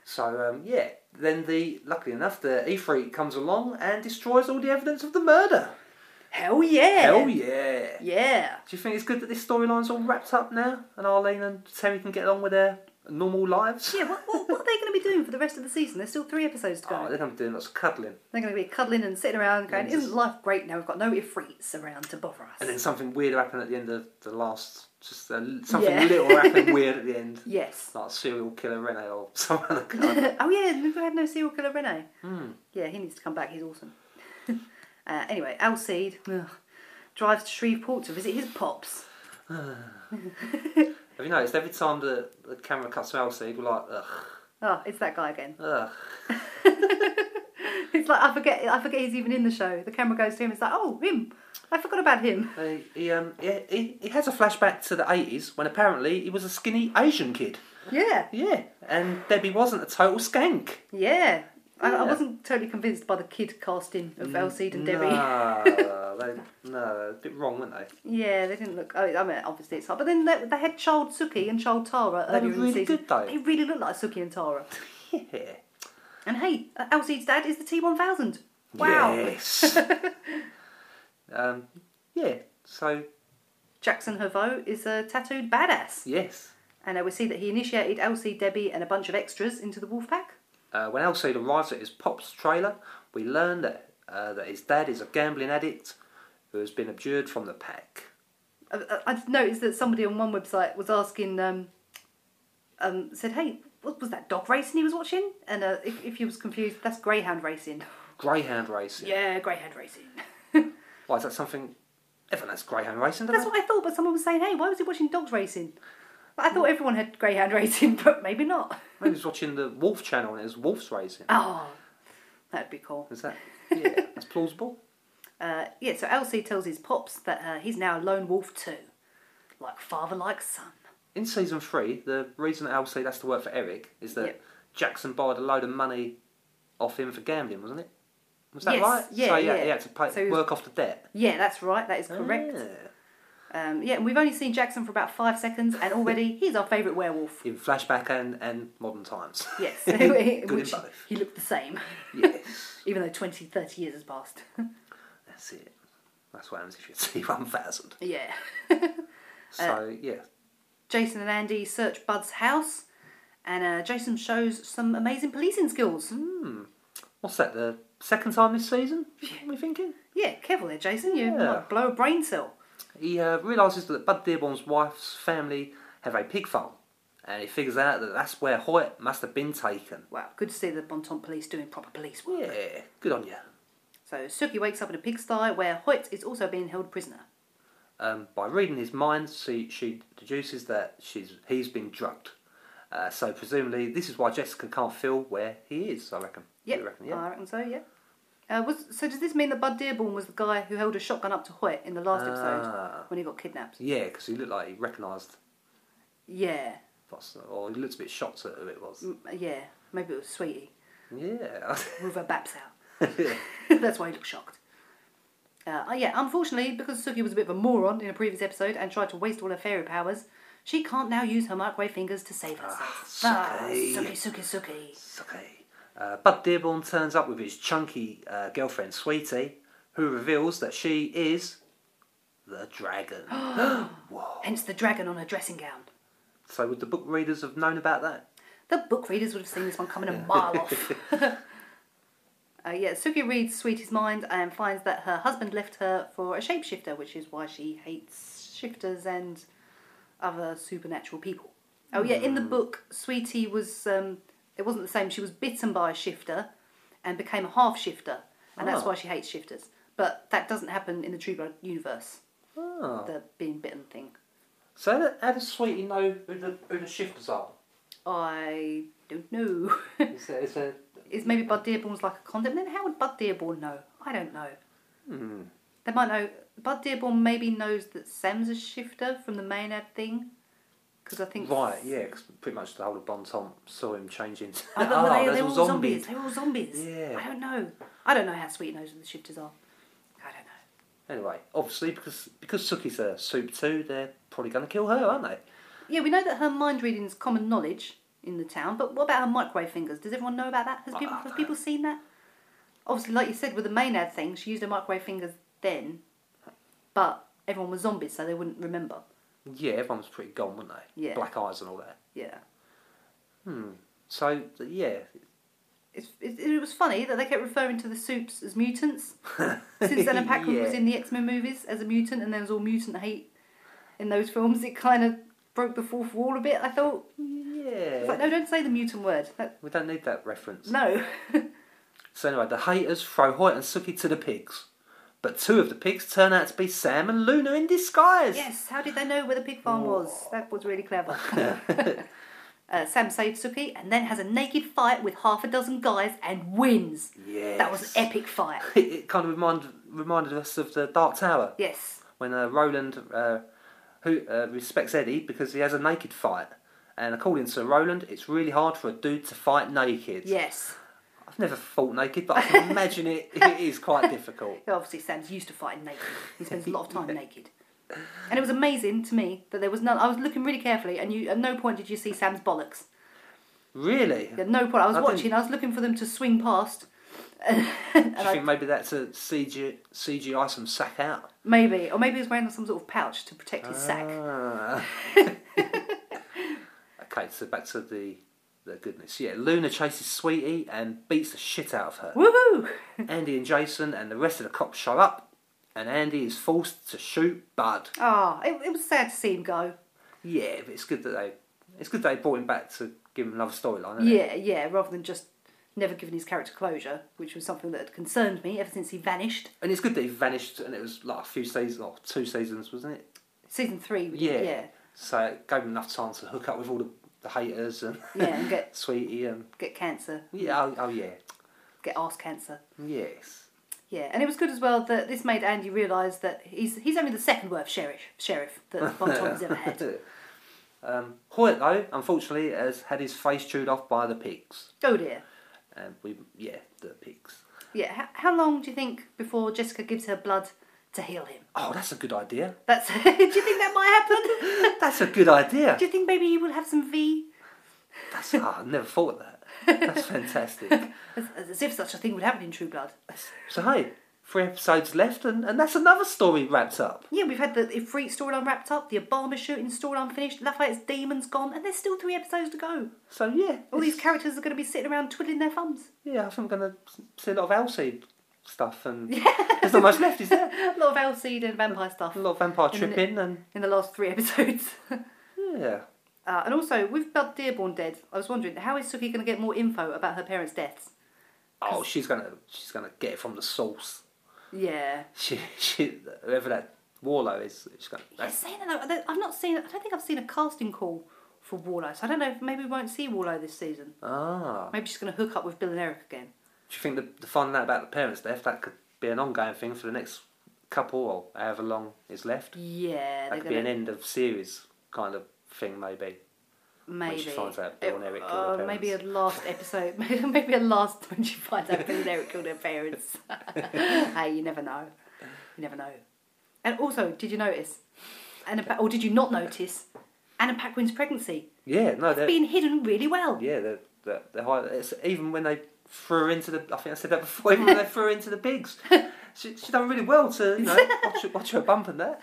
Speaker 2: So um, yeah, then the luckily enough, the E3 comes along and destroys all the evidence of the murder.
Speaker 1: Hell yeah!
Speaker 2: Hell yeah!
Speaker 1: Yeah.
Speaker 2: Do you think it's good that this storyline's all wrapped up now, and Arlene and Terry can get along with their normal lives?
Speaker 1: Yeah, what, what, what are they going to be doing for the rest of the season? There's still three episodes to go.
Speaker 2: Oh, they're going to be doing lots of cuddling,
Speaker 1: They're going to be cuddling and sitting around going,
Speaker 2: Yeah, just-
Speaker 1: isn't life great now? We've got no ifrits around to bother us.
Speaker 2: and then something weird happened at the end of the last. Just uh, something
Speaker 1: Yeah.
Speaker 2: little happened weird at the end,
Speaker 1: yes.
Speaker 2: like serial killer Rene or someone like that.
Speaker 1: oh, yeah, we had no serial killer Rene.
Speaker 2: Hmm.
Speaker 1: Yeah, he needs to come back. He's awesome. uh, anyway, Alcide ugh, drives to Shreveport to visit his pops.
Speaker 2: Have you noticed every time the, the camera cuts to Elsie, you're like, ugh,
Speaker 1: Oh, it's that guy again.
Speaker 2: ugh.
Speaker 1: It's like I forget. I forget he's even in the show. The camera goes to him. It's like, oh, him. I forgot about him.
Speaker 2: He, he, um, he, he, he has a flashback to the 80s when apparently he was a skinny Asian kid.
Speaker 1: Yeah,
Speaker 2: Yeah, and Debbie wasn't a total skank.
Speaker 1: yeah. I, I
Speaker 2: Yeah.
Speaker 1: wasn't totally convinced by the kid casting of Elsie and Debbie.
Speaker 2: No, they, no, a bit wrong, weren't they?
Speaker 1: Yeah, they didn't look. I mean, I mean obviously it's hard, but then they, they had Child Suki and Child Tara
Speaker 2: They
Speaker 1: earlier
Speaker 2: were
Speaker 1: in the
Speaker 2: really
Speaker 1: season.
Speaker 2: good, though.
Speaker 1: They really look like Suki and Tara.
Speaker 2: Yeah.
Speaker 1: And hey, uh, Elsie's dad is the T1000. Wow.
Speaker 2: Yes. um, yeah. So
Speaker 1: Jackson Herveau is a tattooed badass.
Speaker 2: yes,
Speaker 1: And uh, we see that he initiated Elsie, Debbie, and a bunch of extras into the wolf pack.
Speaker 2: uh, when Alcide arrives at his pop's trailer, we learn that uh, that his dad is a gambling addict who has been abjured from the pack.
Speaker 1: I, Uh, I- I noticed that somebody on one website was asking, um, um, said, hey, what was that dog racing he was watching? And uh, if, if you was confused, that's greyhound racing.
Speaker 2: Greyhound racing.
Speaker 1: Yeah, greyhound racing.
Speaker 2: Why is that something? Everyone has greyhound racing, don't
Speaker 1: That's what I thought, but someone was saying, hey, why was he watching dogs racing? But I thought
Speaker 2: Mm.
Speaker 1: everyone had greyhound racing, but maybe not.
Speaker 2: they? Maybe he's watching the Wolf Channel and it's wolves racing.
Speaker 1: Oh, that'd be cool.
Speaker 2: Is that? Yeah, that's plausible.
Speaker 1: Uh, yeah, so Elsie tells his pops that uh, he's now a lone wolf too. Like father, like son.
Speaker 2: In season three, the reason that Alcide has to work for Eric is that
Speaker 1: Yep.
Speaker 2: Jackson borrowed a load of money off him for gambling, wasn't it? Was that
Speaker 1: Yes,
Speaker 2: right?
Speaker 1: yeah,
Speaker 2: so he had-
Speaker 1: yeah.
Speaker 2: he had to pay,
Speaker 1: So he was-
Speaker 2: work off the debt.
Speaker 1: Yeah, that's right, that is correct.
Speaker 2: Ah.
Speaker 1: Um, yeah, and we've only seen Jackson for about five seconds, and already he's our favourite werewolf.
Speaker 2: In flashback and, and modern times.
Speaker 1: Yes,
Speaker 2: Good in
Speaker 1: which
Speaker 2: both.
Speaker 1: he looked the same,
Speaker 2: Yes,
Speaker 1: even though 20, 30 years has passed.
Speaker 2: that's it. That's what happens if you see 1,000.
Speaker 1: yeah.
Speaker 2: So,
Speaker 1: Uh,
Speaker 2: yeah.
Speaker 1: Jason and Andy search Bud's house, and uh, Jason shows some amazing policing skills.
Speaker 2: What's that, the second time this season? Are we thinking?
Speaker 1: Yeah, careful there, Jason. You
Speaker 2: Yeah.
Speaker 1: might blow a brain cell.
Speaker 2: He uh, realises that Bud Dearborn's wife's family have a pig farm, and he figures out that that's where Hoyt must have been taken.
Speaker 1: Wow, good to see the Bonton police doing proper police work.
Speaker 2: Yeah, good on you.
Speaker 1: So Suki wakes up in a pigsty where Hoyt is also being held prisoner.
Speaker 2: Um, by reading his mind, she, she deduces that she's he's been drugged. Uh, so presumably, this is why Jessica can't feel where he is. I reckon.
Speaker 1: Yep,
Speaker 2: You reckon, yeah.
Speaker 1: I reckon so. Yeah. Uh, was, so does this mean that Bud Dearborn was the guy who held a shotgun up to Hoyt in the last episode
Speaker 2: Ah.
Speaker 1: when he got kidnapped?
Speaker 2: Yeah, because he looked like he recognised,
Speaker 1: Yeah,
Speaker 2: what's- or he looked a bit shocked at who it was.
Speaker 1: m- yeah. Maybe it was Sweetie Mm.
Speaker 2: Yeah.
Speaker 1: with her baps out. That's why he looked shocked. Uh, oh yeah, unfortunately, because Suki was a bit of a moron in a previous episode and tried to waste all her fairy powers, she can't now use her microwave fingers to save herself.
Speaker 2: Ah, Suki.
Speaker 1: Suki, Suki, Suki.
Speaker 2: It's okay. Uh, Bud Dearborn turns up with his chunky uh, girlfriend, Sweetie, who reveals that she is the dragon.
Speaker 1: Hence the dragon on her dressing gown.
Speaker 2: so would the book readers have known about that?
Speaker 1: The book readers would have seen this one coming a mile off. uh, yeah, Suki reads Sweetie's mind and finds that her husband left her for a shapeshifter, which is why she hates shifters and other supernatural people. Oh yeah, in the book, Sweetie was um, it wasn't the same. She was bitten by a shifter and became a half shifter, and that's
Speaker 2: Oh.
Speaker 1: why she hates shifters. But that doesn't happen in the True Blood universe.
Speaker 2: Oh.
Speaker 1: The being bitten thing.
Speaker 2: So how do- how does Sweetie know who the, who the shifters are?
Speaker 1: I don't know.
Speaker 2: Is there, is there...
Speaker 1: is maybe Bud Dearborn's like a condom. Then how would Bud Dearborn know? I don't know.
Speaker 2: Hmm.
Speaker 1: They might know. Bud Dearborn maybe knows that Sam's a shifter from the Maynard thing. Because I think.
Speaker 2: Right, yeah, Ah, 'cause pretty much the whole of Bon Tom saw him changing.
Speaker 1: Oh, but they, they're all zombies. They're all zombies.
Speaker 2: Yeah.
Speaker 1: I don't know. I don't know how Sweet knows who the shifters are. I don't know.
Speaker 2: Anyway, obviously, because because Suki's a soup too, they're probably going to kill her, aren't they?
Speaker 1: Yeah, we know that her mind reading is common knowledge in the town, but what about her microwave fingers? Does everyone know about that? Has
Speaker 2: I-
Speaker 1: people,
Speaker 2: I
Speaker 1: have
Speaker 2: don't
Speaker 1: people seen that? Obviously, like you said, with the Maynard thing, she used her microwave fingers then, but everyone was zombies, so they wouldn't remember.
Speaker 2: Yeah, everyone's pretty gone, weren't they?
Speaker 1: Yeah.
Speaker 2: Black eyes and all that.
Speaker 1: Yeah.
Speaker 2: So, yeah,
Speaker 1: It's, it, it was funny that they kept referring to the soups as mutants. Since Ellen Packard was
Speaker 2: Yeah.
Speaker 1: in the X Men movies as a mutant and there was all mutant hate in those films, it kind of broke the fourth wall a bit, I thought.
Speaker 2: Yeah.
Speaker 1: It's like, no, don't say the mutant word. That,
Speaker 2: we don't need that reference.
Speaker 1: no.
Speaker 2: So anyway, the haters throw Hoyt and Suki to the pigs. But two of the pigs turn out to be Sam and Luna in disguise.
Speaker 1: Yes, Oh. how did they know where the pig farm was? That was really clever. uh, Sam saves Suki and then has a naked fight with half a dozen guys and wins. That was
Speaker 2: Yes.
Speaker 1: an epic fight.
Speaker 2: It, it kind of reminded, reminded us of the Dark Tower
Speaker 1: Yes.
Speaker 2: when uh, Roland, uh, who uh, respects Eddie because he has a naked fight. And according to Roland, it's really hard for a dude to fight naked.
Speaker 1: Yes.
Speaker 2: I've never fought naked, but I can imagine it, it is quite difficult.
Speaker 1: Obviously, Sam's used to fighting naked. He spends a lot of time naked. And it was amazing to me that there was none. I was looking really carefully, and you at no point did you see Sam's bollocks.
Speaker 2: Really?
Speaker 1: At no point. I was
Speaker 2: I didn't-
Speaker 1: watching. I was looking for them to swing past.
Speaker 2: Do you think maybe that's a CG, CGI some sack out?
Speaker 1: Maybe, or maybe he was wearing some sort of pouch to protect his sack.
Speaker 2: Ah. okay, so back to the the goodness. Yeah, Luna chases Sweetie and beats the shit out of
Speaker 1: Ah.
Speaker 2: her.
Speaker 1: Woohoo!
Speaker 2: Andy and Jason and the rest of the cops show up, and Andy is forced to shoot Bud.
Speaker 1: Ah, it, it was sad to see him go.
Speaker 2: Yeah, but it's good that they it's good they brought him back to give him another storyline. isn't it?
Speaker 1: Yeah, yeah, rather than just never giving his character closure, which was something that had concerned me ever since he vanished.
Speaker 2: and it's good that he vanished, and it was like a few seasons or two seasons, wasn't it?
Speaker 1: Season three, we
Speaker 2: Yeah.
Speaker 1: did, yeah.
Speaker 2: So it gave him enough time to hook up with all the, the haters and
Speaker 1: Yeah, and get,
Speaker 2: Sweetie and
Speaker 1: get cancer,
Speaker 2: yeah, oh, oh yeah,
Speaker 1: get arse cancer.
Speaker 2: yes.
Speaker 1: Yeah, and it was good as well that this made Andy realise that he's he's only the second worst sheriff sheriff that Von Tom's ever had.
Speaker 2: um, Hoyt, though, unfortunately, has had his face chewed off by the pigs.
Speaker 1: Oh dear.
Speaker 2: And we, yeah, the pigs.
Speaker 1: Yeah, how, how long do you think before Jessica gives her blood to heal him?
Speaker 2: Oh, that's a good idea.
Speaker 1: That's. do you think that might happen?
Speaker 2: That's a good idea.
Speaker 1: Do you think maybe he will have some V?
Speaker 2: That's, oh, I never thought of that. That's fantastic.
Speaker 1: As, as if such a thing would happen in True Blood.
Speaker 2: So, hey, three episodes left, and, and that's another story wrapped up.
Speaker 1: Yeah, we've had the Ifrit storyline wrapped up, the Obama shooting storyline finished, Lafayette's demons gone, and there's still three episodes to go.
Speaker 2: So, yeah.
Speaker 1: All these
Speaker 2: it's-
Speaker 1: characters are going to be sitting around twiddling their thumbs.
Speaker 2: Yeah, I think I'm going to see a lot of Elsie stuff, and there's not much left, is there?
Speaker 1: A lot of Alcide and vampire stuff
Speaker 2: A lot of vampire
Speaker 1: In the-
Speaker 2: tripping, and
Speaker 1: in the last three episodes.
Speaker 2: yeah.
Speaker 1: uh, and also, with Bud Dearborn dead, I was wondering how is Suki going to get more info about her parents' deaths?
Speaker 2: Oh, she's gonna she's gonna get it from the source.
Speaker 1: Yeah.
Speaker 2: she, she, whoever that Warlow is, she's got.
Speaker 1: Yeah,
Speaker 2: That's,
Speaker 1: saying that, though, I've not seen. I don't think I've seen a casting call for Warlow, so I don't know. if Maybe we won't see Warlow this season.
Speaker 2: ah,
Speaker 1: Maybe she's going to hook up with Bill and Eric again.
Speaker 2: do you think the, the finding out about the parents' death that could be an ongoing thing for the next couple or however long is left? That
Speaker 1: Yeah, they're
Speaker 2: could be an
Speaker 1: going to
Speaker 2: end of series kind of thing, maybe.
Speaker 1: maybe.
Speaker 2: she finds out Bill and Eric killed
Speaker 1: Uh,
Speaker 2: their
Speaker 1: maybe a last episode. maybe a last when she finds out Bill and Eric killed her parents. hey, you never know. You never know. And also, did you notice? Anna, pa- or did you not notice? Anna Paquin's pregnancy
Speaker 2: Yeah, no, they're,
Speaker 1: being hidden really well.
Speaker 2: Uh, yeah, they're, they're, they're high, it's, even when they threw her into the, I think I said that before. Even when they threw her into the pigs, she she done really well to you know watch, her- watch her bump and that.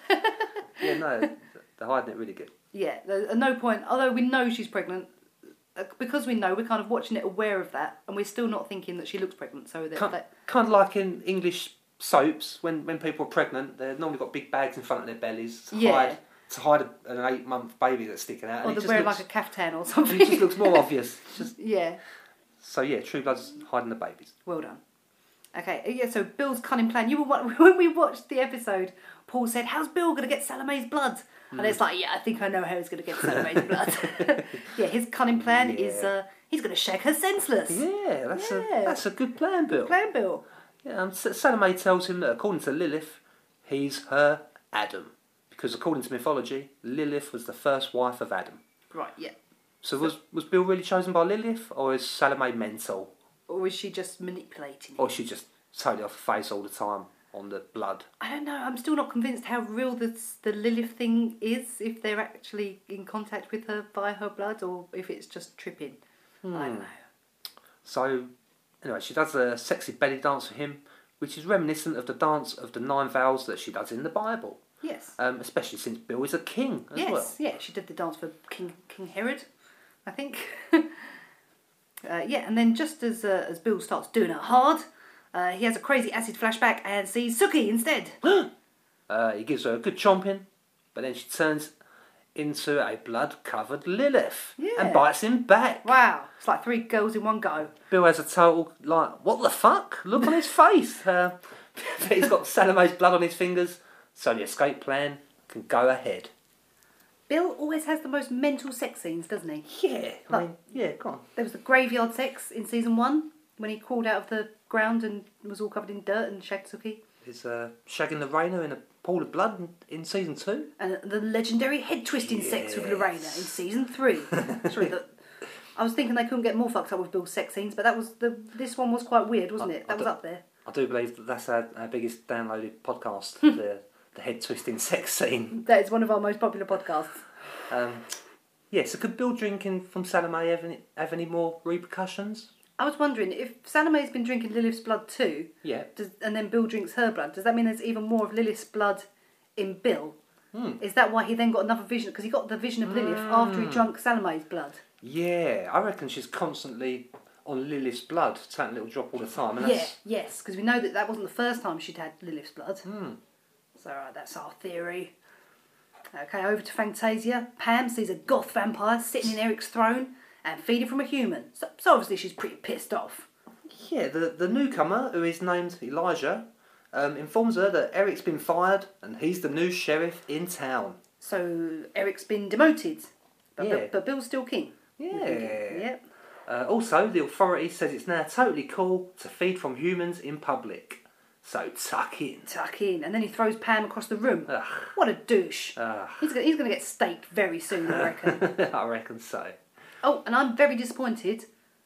Speaker 2: Yeah, no, they're hiding it really good.
Speaker 1: Yeah, there- at no point, although we know she's pregnant, uh, because we know, we're kind of watching it aware of that, and we're still not thinking that she looks pregnant. So that,
Speaker 2: Kind,
Speaker 1: that
Speaker 2: kind of like in English soaps, when, when people are pregnant, they've normally got big bags in front of their bellies to
Speaker 1: Yeah.
Speaker 2: hide to hide a, an eight month baby that's sticking out.
Speaker 1: or
Speaker 2: And it
Speaker 1: they're
Speaker 2: just,
Speaker 1: wearing
Speaker 2: looks,
Speaker 1: like a caftan or
Speaker 2: it just
Speaker 1: something.
Speaker 2: looks more obvious. It's Just,
Speaker 1: yeah,
Speaker 2: so yeah, True Blood's hiding the babies.
Speaker 1: well done. Okay, uh, yeah. So Bill's cunning plan. You were wa- when we watched the episode, Paul said, "How's Bill going to get Salome's blood?" And it's like, yeah, I think I know how he's going to get Salome's blood. yeah, his cunning plan is
Speaker 2: Yeah. Mm-hmm.
Speaker 1: uh, he's going to shag her senseless.
Speaker 2: Yeah, that's
Speaker 1: Yeah.
Speaker 2: a that's a good plan, Bill.
Speaker 1: Plan Bill.
Speaker 2: Yeah, um, S- Salome tells him that according to Lilith, he's her Adam, because according to mythology, Lilith was the first wife of Adam.
Speaker 1: Right. Yeah.
Speaker 2: So was was Bill really chosen by Lilith, or is Salome mental,
Speaker 1: Or is she just manipulating? him?
Speaker 2: or is she just totally off her face all the time on the blood?
Speaker 1: I don't know. I'm still not convinced how real this, the Lilith thing is. If they're actually in contact with her by her blood, or if it's just tripping. I don't know.
Speaker 2: So, anyway, she does a sexy belly dance for him, which is reminiscent of the dance of the nine vows that she does in the Bible,
Speaker 1: Yes.
Speaker 2: um, especially since Bill is a king as
Speaker 1: yes.
Speaker 2: well.
Speaker 1: Yeah. She did the dance for King King Herod, I think. Uh, yeah, and then just as uh, as Bill starts doing it hard, uh, he has a crazy acid flashback and sees Suki instead.
Speaker 2: Uh, he gives her a good chomping, but then she turns into a blood covered Lilith
Speaker 1: Yeah.
Speaker 2: and bites him back.
Speaker 1: Wow, it's like three girls in one go.
Speaker 2: Bill has a total, like, what the fuck? Look on his face. Uh, But he's got Salome's blood on his fingers, so the escape plan can go ahead.
Speaker 1: Bill always has the most mental sex scenes, doesn't he?
Speaker 2: Yeah, I
Speaker 1: Like-
Speaker 2: mean, yeah, go on.
Speaker 1: There was the graveyard sex in season one when he crawled out of the ground and was all covered in dirt and shagged Sookie.
Speaker 2: He's uh, shagging Lorena in a pool of blood in- in season two.
Speaker 1: And Uh, the legendary head twisting sex with Lorena in
Speaker 2: Yes.
Speaker 1: season three. Sorry, the, I was thinking they couldn't get more fucked up with Bill's sex scenes, but that was the this one was quite weird, wasn't
Speaker 2: I-
Speaker 1: it?
Speaker 2: I
Speaker 1: That was
Speaker 2: don't-
Speaker 1: up there.
Speaker 2: I do believe that that's our, our biggest downloaded podcast, the, the head twisting sex scene.
Speaker 1: That is one of our most popular podcasts.
Speaker 2: Um, yeah, so could Bill drinking from Salome have any, have any more repercussions?
Speaker 1: I was wondering if Salome's been drinking Lilith's blood too,
Speaker 2: Yeah.
Speaker 1: does, and then Bill drinks her blood. Does that mean there's even more of Lilith's blood in Bill?
Speaker 2: Hmm.
Speaker 1: Is that why he then got another vision? Because he got the vision of Lilith after he drank Salome's blood.
Speaker 2: Yeah, I reckon she's constantly on Lilith's blood, taking a little drop all the time. And that's,
Speaker 1: Yeah, yes, because we know that that wasn't the first time she'd had Lilith's blood.
Speaker 2: Hmm.
Speaker 1: So right, that's our theory. Okay, over to Fantasia. Pam sees a goth vampire sitting in Eric's throne and feeding from a human. So, so obviously she's pretty pissed off.
Speaker 2: Yeah, the, the newcomer, who is named Elijah, um, informs her that Eric's been fired and he's the new sheriff in town.
Speaker 1: So Eric's been demoted, but,
Speaker 2: Yeah.
Speaker 1: but Bill's still king.
Speaker 2: Yeah.
Speaker 1: Yep.
Speaker 2: Uh, also, the authority says it's now totally cool to feed from humans in public. So tuck in.
Speaker 1: Tuck in, and then he throws Pam across the room.
Speaker 2: Ugh.
Speaker 1: What a douche!
Speaker 2: Ugh.
Speaker 1: He's gonna, he's gonna get staked very soon, I reckon.
Speaker 2: I reckon so.
Speaker 1: Oh, and I'm very disappointed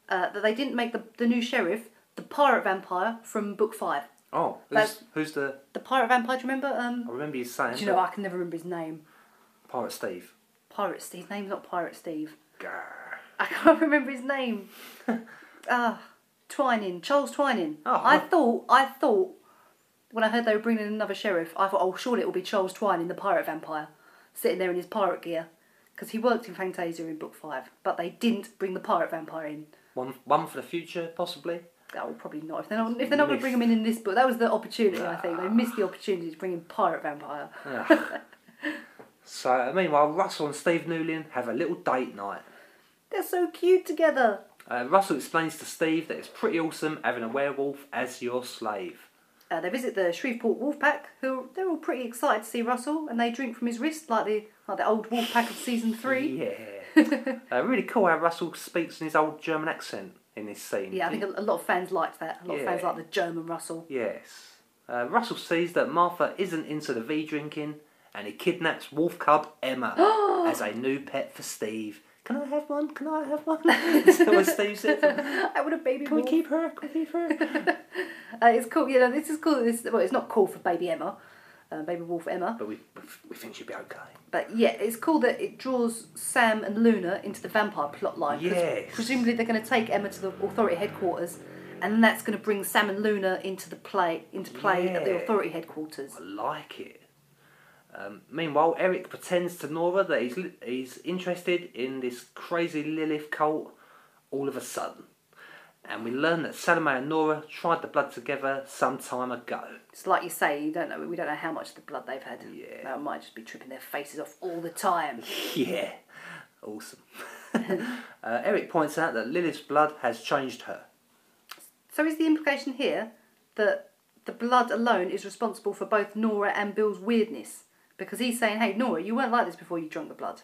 Speaker 1: uh, that they didn't make the, the new sheriff the pirate vampire from book five.
Speaker 2: Oh, who's,
Speaker 1: That's-
Speaker 2: who's the.
Speaker 1: The pirate vampire, do you remember?
Speaker 2: I
Speaker 1: Um,
Speaker 2: remember you saying.
Speaker 1: do you know,
Speaker 2: but-
Speaker 1: I can never remember his name.
Speaker 2: Pirate Steve.
Speaker 1: Pirate Steve. His name's not Pirate Steve.
Speaker 2: Grr.
Speaker 1: I can't remember his name. Ah, Twining. Charles Twining.
Speaker 2: Oh,
Speaker 1: I
Speaker 2: huh.
Speaker 1: thought, I thought, when I heard they were bringing in another sheriff, I thought, oh, surely it will be Charles Twining, the pirate vampire, sitting there in his pirate gear. Because he worked in Fantasia in book five, but they didn't bring the pirate vampire in.
Speaker 2: One, one for the future, possibly.
Speaker 1: Oh, probably not. If they're not, if they're not going to
Speaker 2: Missed.
Speaker 1: bring him in in this book, that was the opportunity. I think
Speaker 2: Ah.
Speaker 1: they missed the opportunity to bring in pirate vampire.
Speaker 2: So, uh, meanwhile, Russell and Steve Newlin have a little date night.
Speaker 1: They're so cute together.
Speaker 2: Uh, Russell explains to Steve that it's pretty awesome having a werewolf as your slave.
Speaker 1: Uh, they visit the Shreveport Wolfpack, who they're all pretty excited to see Russell, and they drink from his wrist like the like the old Wolfpack of season three.
Speaker 2: Yeah. uh, really cool how Russell speaks in his old German accent in this scene.
Speaker 1: Yeah, I think a, a lot of fans liked that. A lot of fans
Speaker 2: Yeah.
Speaker 1: like the German Russell.
Speaker 2: Yes. Uh, Russell sees that Martha isn't into the V drinking and he kidnaps wolf cub Emma as a new pet for Steve. Can I have one? Can I have one? Is that what Steve said? Can
Speaker 1: I want a baby.
Speaker 2: we
Speaker 1: wolf.
Speaker 2: keep her? Can we keep her?
Speaker 1: Uh, it's cool. You know, this is cool. This well, it's not cool for baby Emma, uh, baby wolf Emma.
Speaker 2: But we, we think she'll be okay.
Speaker 1: But yeah, it's cool that it draws Sam and Luna into the vampire plotline. 'cause
Speaker 2: Yes.
Speaker 1: Presumably they're going to take Emma to the Authority headquarters, and that's going to bring Sam and Luna into the play into play at the
Speaker 2: Yeah.
Speaker 1: Authority headquarters.
Speaker 2: I like it. Um, meanwhile, Eric pretends to Nora that he's, li- he's interested in this crazy Lilith cult all of a sudden. And we learn that Salome and Nora tried the blood together some time ago.
Speaker 1: It's like you say, you don't know. We don't know how much of the blood they've had.
Speaker 2: Yeah.
Speaker 1: They might just be tripping their faces off all the time.
Speaker 2: Yeah, awesome. uh, Eric points out that Lilith's blood has changed her.
Speaker 1: So is the implication here that the blood alone is responsible for both Nora and Bill's weirdness? Because he's saying, "Hey, Nora, you weren't like this before you drank the blood.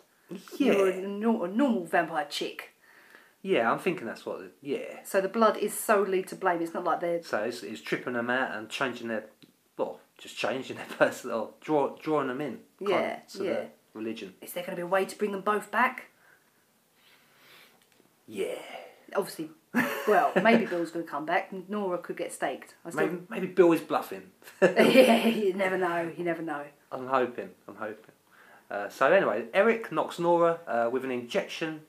Speaker 1: You were a, nor- a normal vampire chick."
Speaker 2: Yeah, I'm thinking that's what. Yeah.
Speaker 1: So the blood is solely to blame. It's not like they're
Speaker 2: So it's, it's tripping them out and changing their, well, just changing their person or draw, drawing them in. kind of,
Speaker 1: Yeah,
Speaker 2: to
Speaker 1: yeah.
Speaker 2: the religion.
Speaker 1: Is there going to be a way to bring them both back?
Speaker 2: Yeah.
Speaker 1: Obviously, well, maybe Bill's going to come back. and Nora could get staked. I still,
Speaker 2: Maybe, maybe Bill is bluffing.
Speaker 1: yeah, you never know. You never know.
Speaker 2: I'm hoping. I'm hoping. Uh, so anyway, Eric knocks Nora uh, with an injection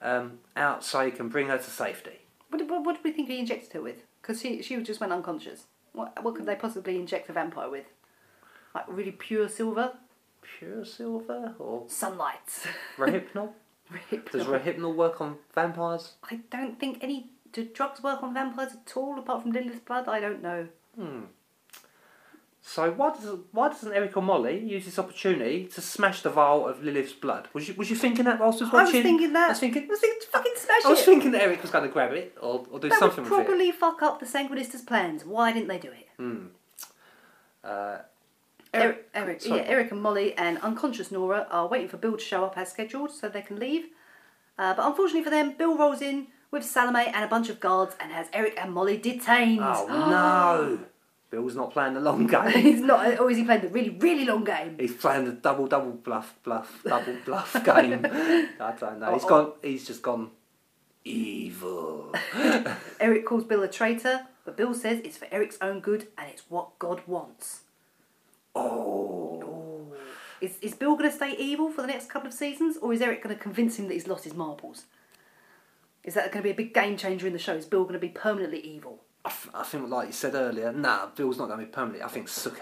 Speaker 2: um, out so he can bring her to safety.
Speaker 1: What, did- what, what did we think he injected her with? Because she she just went unconscious. What what could they possibly inject a vampire with? Like really pure silver,
Speaker 2: Pure silver or
Speaker 1: sunlight.
Speaker 2: rehypnol?
Speaker 1: Rip.
Speaker 2: Does rehypnol work on vampires?
Speaker 1: I don't think any do drugs work on vampires at all apart from Lilith's blood. I don't know.
Speaker 2: So why does why doesn't Eric or Molly use this opportunity to smash the vial of Lilith's blood? Was you was you thinking that whilst I was
Speaker 1: I was
Speaker 2: watching?
Speaker 1: thinking that.
Speaker 2: I was thinking.
Speaker 1: I was thinking, fucking smash
Speaker 2: I was
Speaker 1: it.
Speaker 2: thinking that Eric was going to grab it or, or do
Speaker 1: that
Speaker 2: something
Speaker 1: would
Speaker 2: with it.
Speaker 1: probably fuck up the Sanguinista's plans. Why didn't they do it?
Speaker 2: Uh,
Speaker 1: Eric, Eric,
Speaker 2: sorry.
Speaker 1: yeah, Eric and Molly and unconscious Nora are waiting for Bill to show up as scheduled so they can leave. Uh, but unfortunately for them, Bill rolls in with Salome and a bunch of guards and has Eric and Molly detained.
Speaker 2: Oh no! Bill's not playing the long game.
Speaker 1: He's not, or is he playing the really, really long game?
Speaker 2: He's playing the double, double bluff, bluff, double bluff game. I don't
Speaker 1: Oh,
Speaker 2: know. He's gone. He's just gone evil.
Speaker 1: Eric calls Bill a traitor, but Bill says it's for Eric's own good and it's what God wants.
Speaker 2: Oh,
Speaker 1: Is, is Bill going to stay evil for the next couple of seasons, or is Eric going to convince him that he's lost his marbles? Is that going to be a big game changer in the show? Is Bill going to be permanently evil?
Speaker 2: I, th- I think like you said earlier. Nah, Bill's not going to be permanently. I think Suki.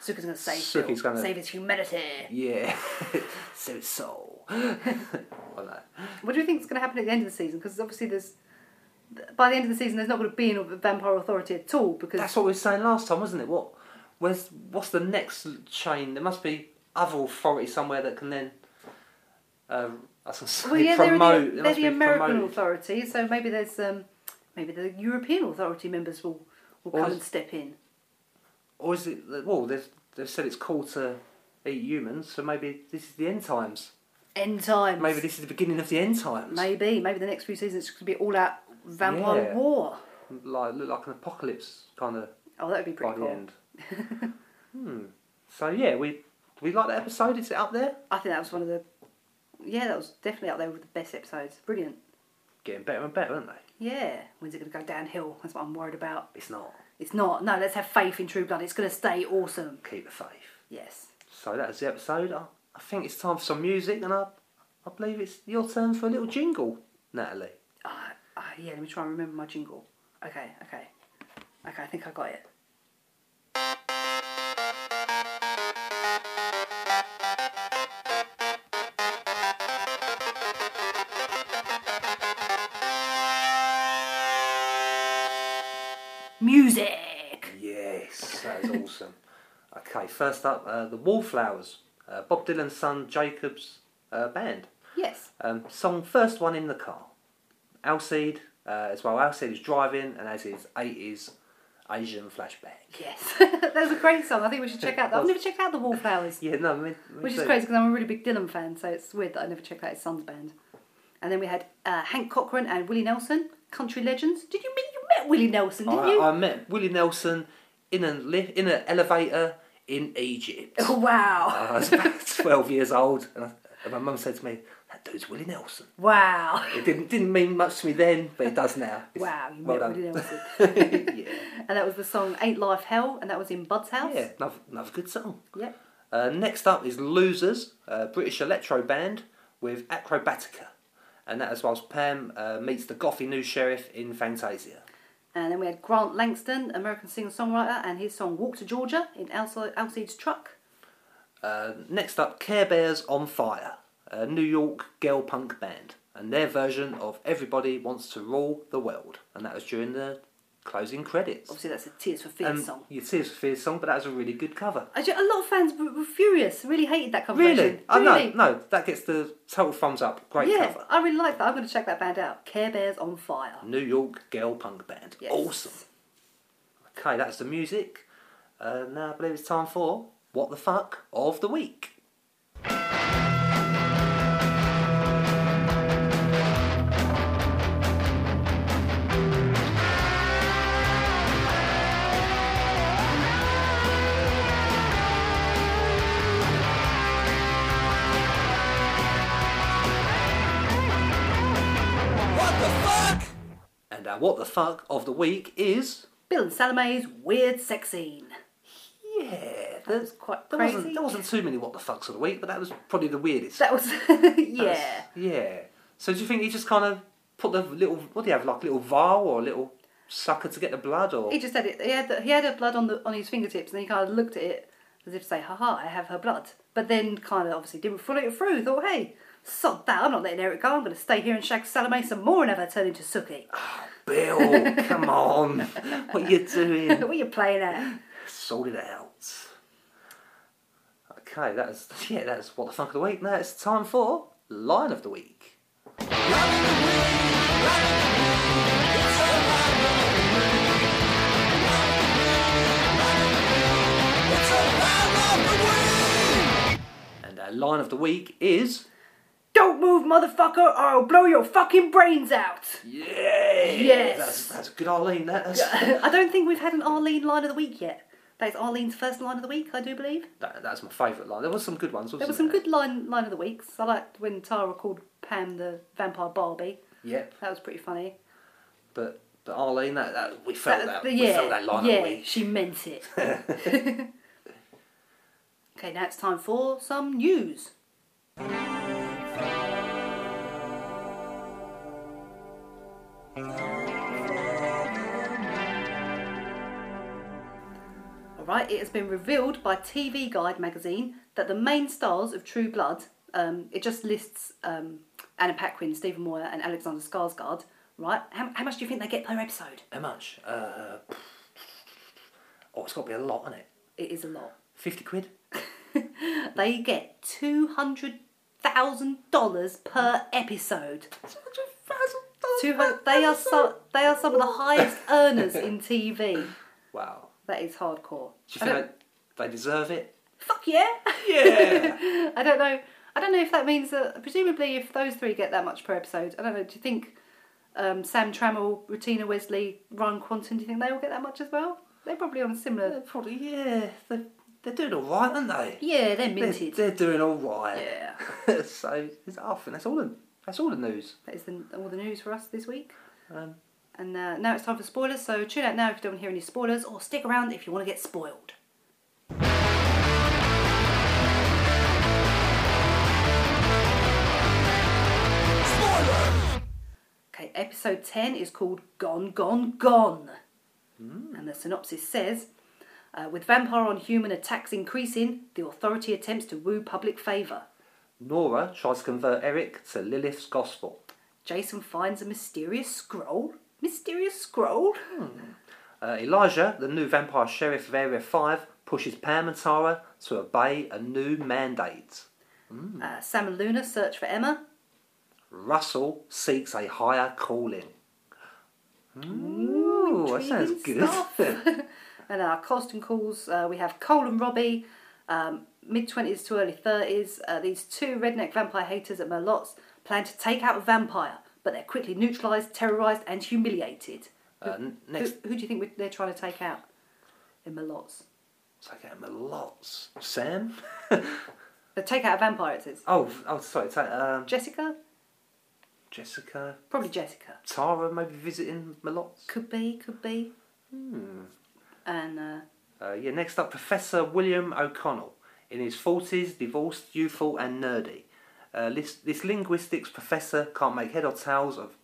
Speaker 1: Zuka's going to save
Speaker 2: Zuko's
Speaker 1: Bill,
Speaker 2: gonna-
Speaker 1: save his humanity.
Speaker 2: Yeah, so it's soul. I don't know.
Speaker 1: What do you think is going to happen at the end of the season? Because obviously there's by the end of the season there's not going to be a vampire authority at all because
Speaker 2: That's what we were saying last time, wasn't it? What? Where's what's the next chain? There must be other authority somewhere that can then. Uh, I was gonna say,
Speaker 1: well yeah
Speaker 2: promote.
Speaker 1: they're, the,
Speaker 2: there
Speaker 1: they're
Speaker 2: must
Speaker 1: the
Speaker 2: be
Speaker 1: American
Speaker 2: promote.
Speaker 1: authority so maybe there's um, maybe the European authority members will will
Speaker 2: Or
Speaker 1: come
Speaker 2: is-
Speaker 1: and step in.
Speaker 2: Or is it? that- Well, they've they've said it's cool to eat humans, so maybe this is the end times.
Speaker 1: End times.
Speaker 2: Maybe this is the beginning of the end times.
Speaker 1: maybe maybe the next few seasons it's going to be all out vampire
Speaker 2: Yeah.
Speaker 1: war.
Speaker 2: Like look like an apocalypse kind of
Speaker 1: Oh, that would be
Speaker 2: by
Speaker 1: pretty
Speaker 2: the
Speaker 1: cool.
Speaker 2: end. hmm. So yeah, we do we like that episode. Is it up there?
Speaker 1: I think that was one of the yeah that was definitely up there with the best episodes. Brilliant.
Speaker 2: Getting better and better, aren't they?
Speaker 1: Yeah, when's it going to go downhill? That's what I'm worried about.
Speaker 2: It's not.
Speaker 1: It's not. No, let's have faith in True Blood. It's going to stay awesome.
Speaker 2: Keep the faith.
Speaker 1: Yes.
Speaker 2: So that is the episode. I, I think it's time for some music, and I, I believe it's your turn for a little jingle, Natalie.
Speaker 1: Ah, ah, yeah, let me try and remember my jingle. Okay, okay. Okay, I think I got it. Music!
Speaker 2: Yes, that is awesome. Okay, first up, uh, the Wallflowers, uh, Bob Dylan's son Jacob's uh, band.
Speaker 1: Yes.
Speaker 2: Um, song first one in the car. Alcide uh, as well. Alcide is driving and has his eighties Asian flashback.
Speaker 1: Yes. that was a great song. I think we should check out that. I've never checked out The Wallflowers.
Speaker 2: Yeah, no, me, me
Speaker 1: Which is
Speaker 2: too.
Speaker 1: crazy because I'm a really big Dylan fan, so it's weird that I never checked out his son's band. And then we had uh, Hank Cochran and Willie Nelson, country legends. Did you meet you met Willie Nelson? Didn't
Speaker 2: I,
Speaker 1: you?
Speaker 2: I met Willie Nelson in a li- in an elevator in Egypt.
Speaker 1: Oh, wow!
Speaker 2: I was about 12 years old, and, I, and my mum said to me, That dude's Willie Nelson.
Speaker 1: Wow!
Speaker 2: It didn't, didn't mean much to me then, but it does now. It's-
Speaker 1: Wow! You
Speaker 2: well
Speaker 1: met
Speaker 2: done.
Speaker 1: Willie Nelson,
Speaker 2: yeah.
Speaker 1: and that was the song "Ain't Life Hell," and that was in Bud's house.
Speaker 2: yeah, another, another good song.
Speaker 1: Yep.
Speaker 2: Uh, next up is Losers, a British electro band with Acrobatica. And that is whilst Pam uh, meets the gothy new sheriff in Fantasia.
Speaker 1: And then we had Grant Langston, American singer-songwriter, and his song "Walk to Georgia" in Alci- Alcide's truck.
Speaker 2: Uh, next up, Care Bears on Fire, a New York girl punk band. And their version of Everybody Wants to Rule the World. And that was during the closing credits.
Speaker 1: Obviously, that's a Tears for Fears
Speaker 2: um,
Speaker 1: song.
Speaker 2: Your Tears for Fears song, but that was a really good cover.
Speaker 1: Actually, a lot of fans were, were furious. Really hated that cover version.
Speaker 2: Really?
Speaker 1: Really?
Speaker 2: Oh, no, no, that gets the total thumbs up. Great
Speaker 1: yeah,
Speaker 2: cover.
Speaker 1: I really like that. I'm going to check that band out. Care Bears on Fire.
Speaker 2: New York girl punk band.
Speaker 1: Yes.
Speaker 2: Awesome. Okay, that's the music. Uh, now I believe it's time for What the Fuck of the Week. And our What the Fuck of the Week is.
Speaker 1: Bill and Salome's weird sex scene.
Speaker 2: Yeah,
Speaker 1: That
Speaker 2: there's
Speaker 1: was quite
Speaker 2: There
Speaker 1: crazy.
Speaker 2: wasn't, there wasn't too many what the fucks of the week, but that was probably the weirdest.
Speaker 1: That was yeah.
Speaker 2: That's- yeah. So do you think he just kind of put the little, what do you have, like a little vial or a little sucker to get the blood or?
Speaker 1: He just had it. He had the, he had her blood on the on his fingertips, and he kind of looked at it as if to say, "Haha, I have her blood." But then, kind of obviously didn't follow it through. Thought, "Hey, sod that! I'm not letting Eric go. I'm going to stay here and shag Salome some more and have her turn into Suki."
Speaker 2: Bill, come on. What are you doing?
Speaker 1: what are you playing at?
Speaker 2: Sort it out. Okay, that's, yeah, that's what the fuck of the week. Now it's time for line of the week. line of the week is
Speaker 1: Don't move, motherfucker, or I'll blow your fucking brains out.
Speaker 2: Yes.
Speaker 1: Yes.
Speaker 2: That's, that's good, Arlene. That, that's,
Speaker 1: I don't think we've had an Arlene line of the week yet. That is Arlene's first line of the week, I do believe.
Speaker 2: that, that's my favourite line. There was some good ones. Wasn't
Speaker 1: There were some good line line of the weeks. I liked when Tara called Pam the vampire Barbie.
Speaker 2: Yep.
Speaker 1: That was pretty funny.
Speaker 2: But but Arlene, that, that we felt that,
Speaker 1: the-
Speaker 2: we felt that line
Speaker 1: yeah,
Speaker 2: of the week.
Speaker 1: she meant it. okay, now it's time for some news. Alright, it has been revealed by TV Guide magazine that the main stars of True Blood, um, it just lists um, Anna Paquin, Stephen Moyer, and Alexander Skarsgård, right? How, how much do you think they get per episode?
Speaker 2: How much? Uh, oh, it's got to be a lot on it.
Speaker 1: It is a lot.
Speaker 2: Fifty quid.
Speaker 1: They get two hundred thousand dollars per episode. Two hundred. They are some. They are some of the highest earners in TV.
Speaker 2: Wow.
Speaker 1: That is hardcore.
Speaker 2: Do you
Speaker 1: I
Speaker 2: think
Speaker 1: don't-
Speaker 2: they, they deserve it?
Speaker 1: Fuck yeah.
Speaker 2: Yeah.
Speaker 1: I don't know. I don't know if that means that. Presumably, if those three get that much per episode, I don't know. Do you think um, Sam Trammell, Rutina Wesley, Ryan Quanten? Do you think they all get that much as well? They're probably on a similar.
Speaker 2: Probably. Yeah. They're, they're doing all right, aren't they?
Speaker 1: Yeah, they're
Speaker 2: They're,
Speaker 1: minted.
Speaker 2: they're doing all right.
Speaker 1: Yeah.
Speaker 2: Yeah. so it's off, and that's all. The, that's all the news.
Speaker 1: That is the, all the news for us this week.
Speaker 2: Um,
Speaker 1: And uh, now it's time for spoilers, so tune out now if you don't want to hear any spoilers, or stick around if you want to get spoiled. Okay, episode 10 is called Gone, Gone, Gone. And the synopsis says uh, With vampire on human attacks increasing, the authority attempts to woo public favour.
Speaker 2: Nora tries to convert Eric to Lilith's gospel.
Speaker 1: Jason finds a mysterious scroll. Mysterious scroll?
Speaker 2: Uh, Elijah, the new vampire sheriff of Area 5, pushes Pam and Tara to obey a new mandate. Hmm.
Speaker 1: Uh, Sam and Luna search for Emma.
Speaker 2: Russell seeks a higher calling. Ooh, Oh, that sounds
Speaker 1: intriguing
Speaker 2: good.
Speaker 1: stuff. and our costume calls, uh, we have Cole and Robbie, um, mid 20s to early 30s. Uh, these two redneck vampire haters at Merlot's plan to take out a vampire, but they're quickly neutralised, terrorised, and humiliated.
Speaker 2: Uh, n-
Speaker 1: Who,
Speaker 2: next,
Speaker 1: who do you think we- they're trying to take out in Merlot's?
Speaker 2: take out lots. Sam?
Speaker 1: They take out a vampire, it says.
Speaker 2: Oh, oh, sorry. Take, um,
Speaker 1: Jessica?
Speaker 2: Jessica,
Speaker 1: Probably Jessica.
Speaker 2: Tara, maybe visiting Malots.
Speaker 1: Could be, could be. Hmm. And uh,
Speaker 2: Uh, yeah. Next up, Professor William O'Connell, in his forties, divorced, youthful, and nerdy. Uh, this, this linguistics professor can't make head or tails of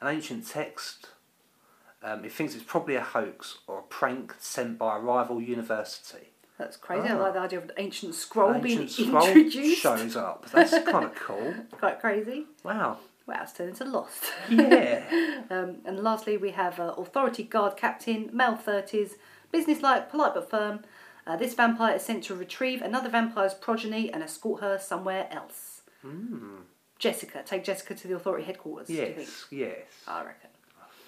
Speaker 2: an ancient text. Um, he thinks it's probably a hoax or a prank sent by a rival university.
Speaker 1: that's crazy. I
Speaker 2: Ah.
Speaker 1: like the idea of an ancient scroll
Speaker 2: An
Speaker 1: being
Speaker 2: ancient scroll
Speaker 1: introduced.
Speaker 2: shows up. That's kind of cool.
Speaker 1: Quite crazy.
Speaker 2: Wow.
Speaker 1: Wow, it's turned into Lost.
Speaker 2: Yeah.
Speaker 1: Um, and lastly, we have uh, Authority Guard Captain, male 30s, businesslike, polite but firm. Uh, this vampire is sent to retrieve another vampire's progeny and escort her somewhere else. Jessica, take Jessica to the Authority headquarters. Do you think?
Speaker 2: Hmm. yes. Yes. I
Speaker 1: I reckon.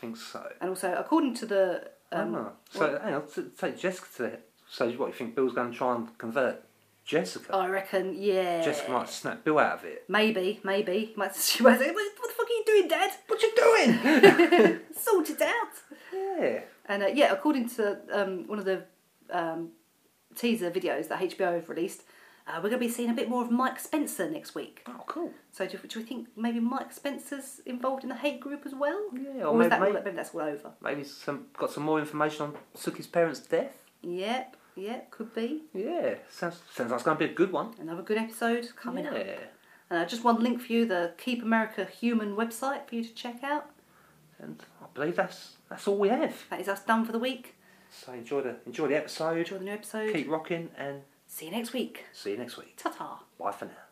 Speaker 2: think so.
Speaker 1: And also, according to the um,
Speaker 2: ah, so hang on, t- take Jessica to the. So what you think Bill's going to try and convert Jessica?
Speaker 1: I reckon, yeah.
Speaker 2: Ah. Jessica might snap Bill out of it.
Speaker 1: Maybe, maybe. Might, she might say, what, what the fuck are you doing, Dad?
Speaker 2: What you doing?
Speaker 1: Sort it out.
Speaker 2: yeah.
Speaker 1: And uh, yeah, according to um, one of the um, teaser videos that HBO have released, uh, we're going to be seeing a bit more of Mike Spencer next week.
Speaker 2: Oh, cool.
Speaker 1: So do, do we think maybe Mike Spencer's involved in the hate group as well?
Speaker 2: Yeah,
Speaker 1: or
Speaker 2: or
Speaker 1: is that all,
Speaker 2: maybe-
Speaker 1: maybe that's all over?
Speaker 2: Maybe some got some more information on Suki's parents' death.
Speaker 1: Yep, yep, could be.
Speaker 2: Yeah, sounds sounds like it's going to be a good one.
Speaker 1: Another good episode coming
Speaker 2: yeah.
Speaker 1: up. And uh, just one link for you, the Keep America Human website for you to check out.
Speaker 2: And I believe that's that's all we have.
Speaker 1: That is us done for the week.
Speaker 2: So enjoy the enjoy the episode.
Speaker 1: Enjoy the new episode.
Speaker 2: Keep rocking and
Speaker 1: See you next week.
Speaker 2: see you next week.
Speaker 1: Ta-ta.
Speaker 2: Bye for now.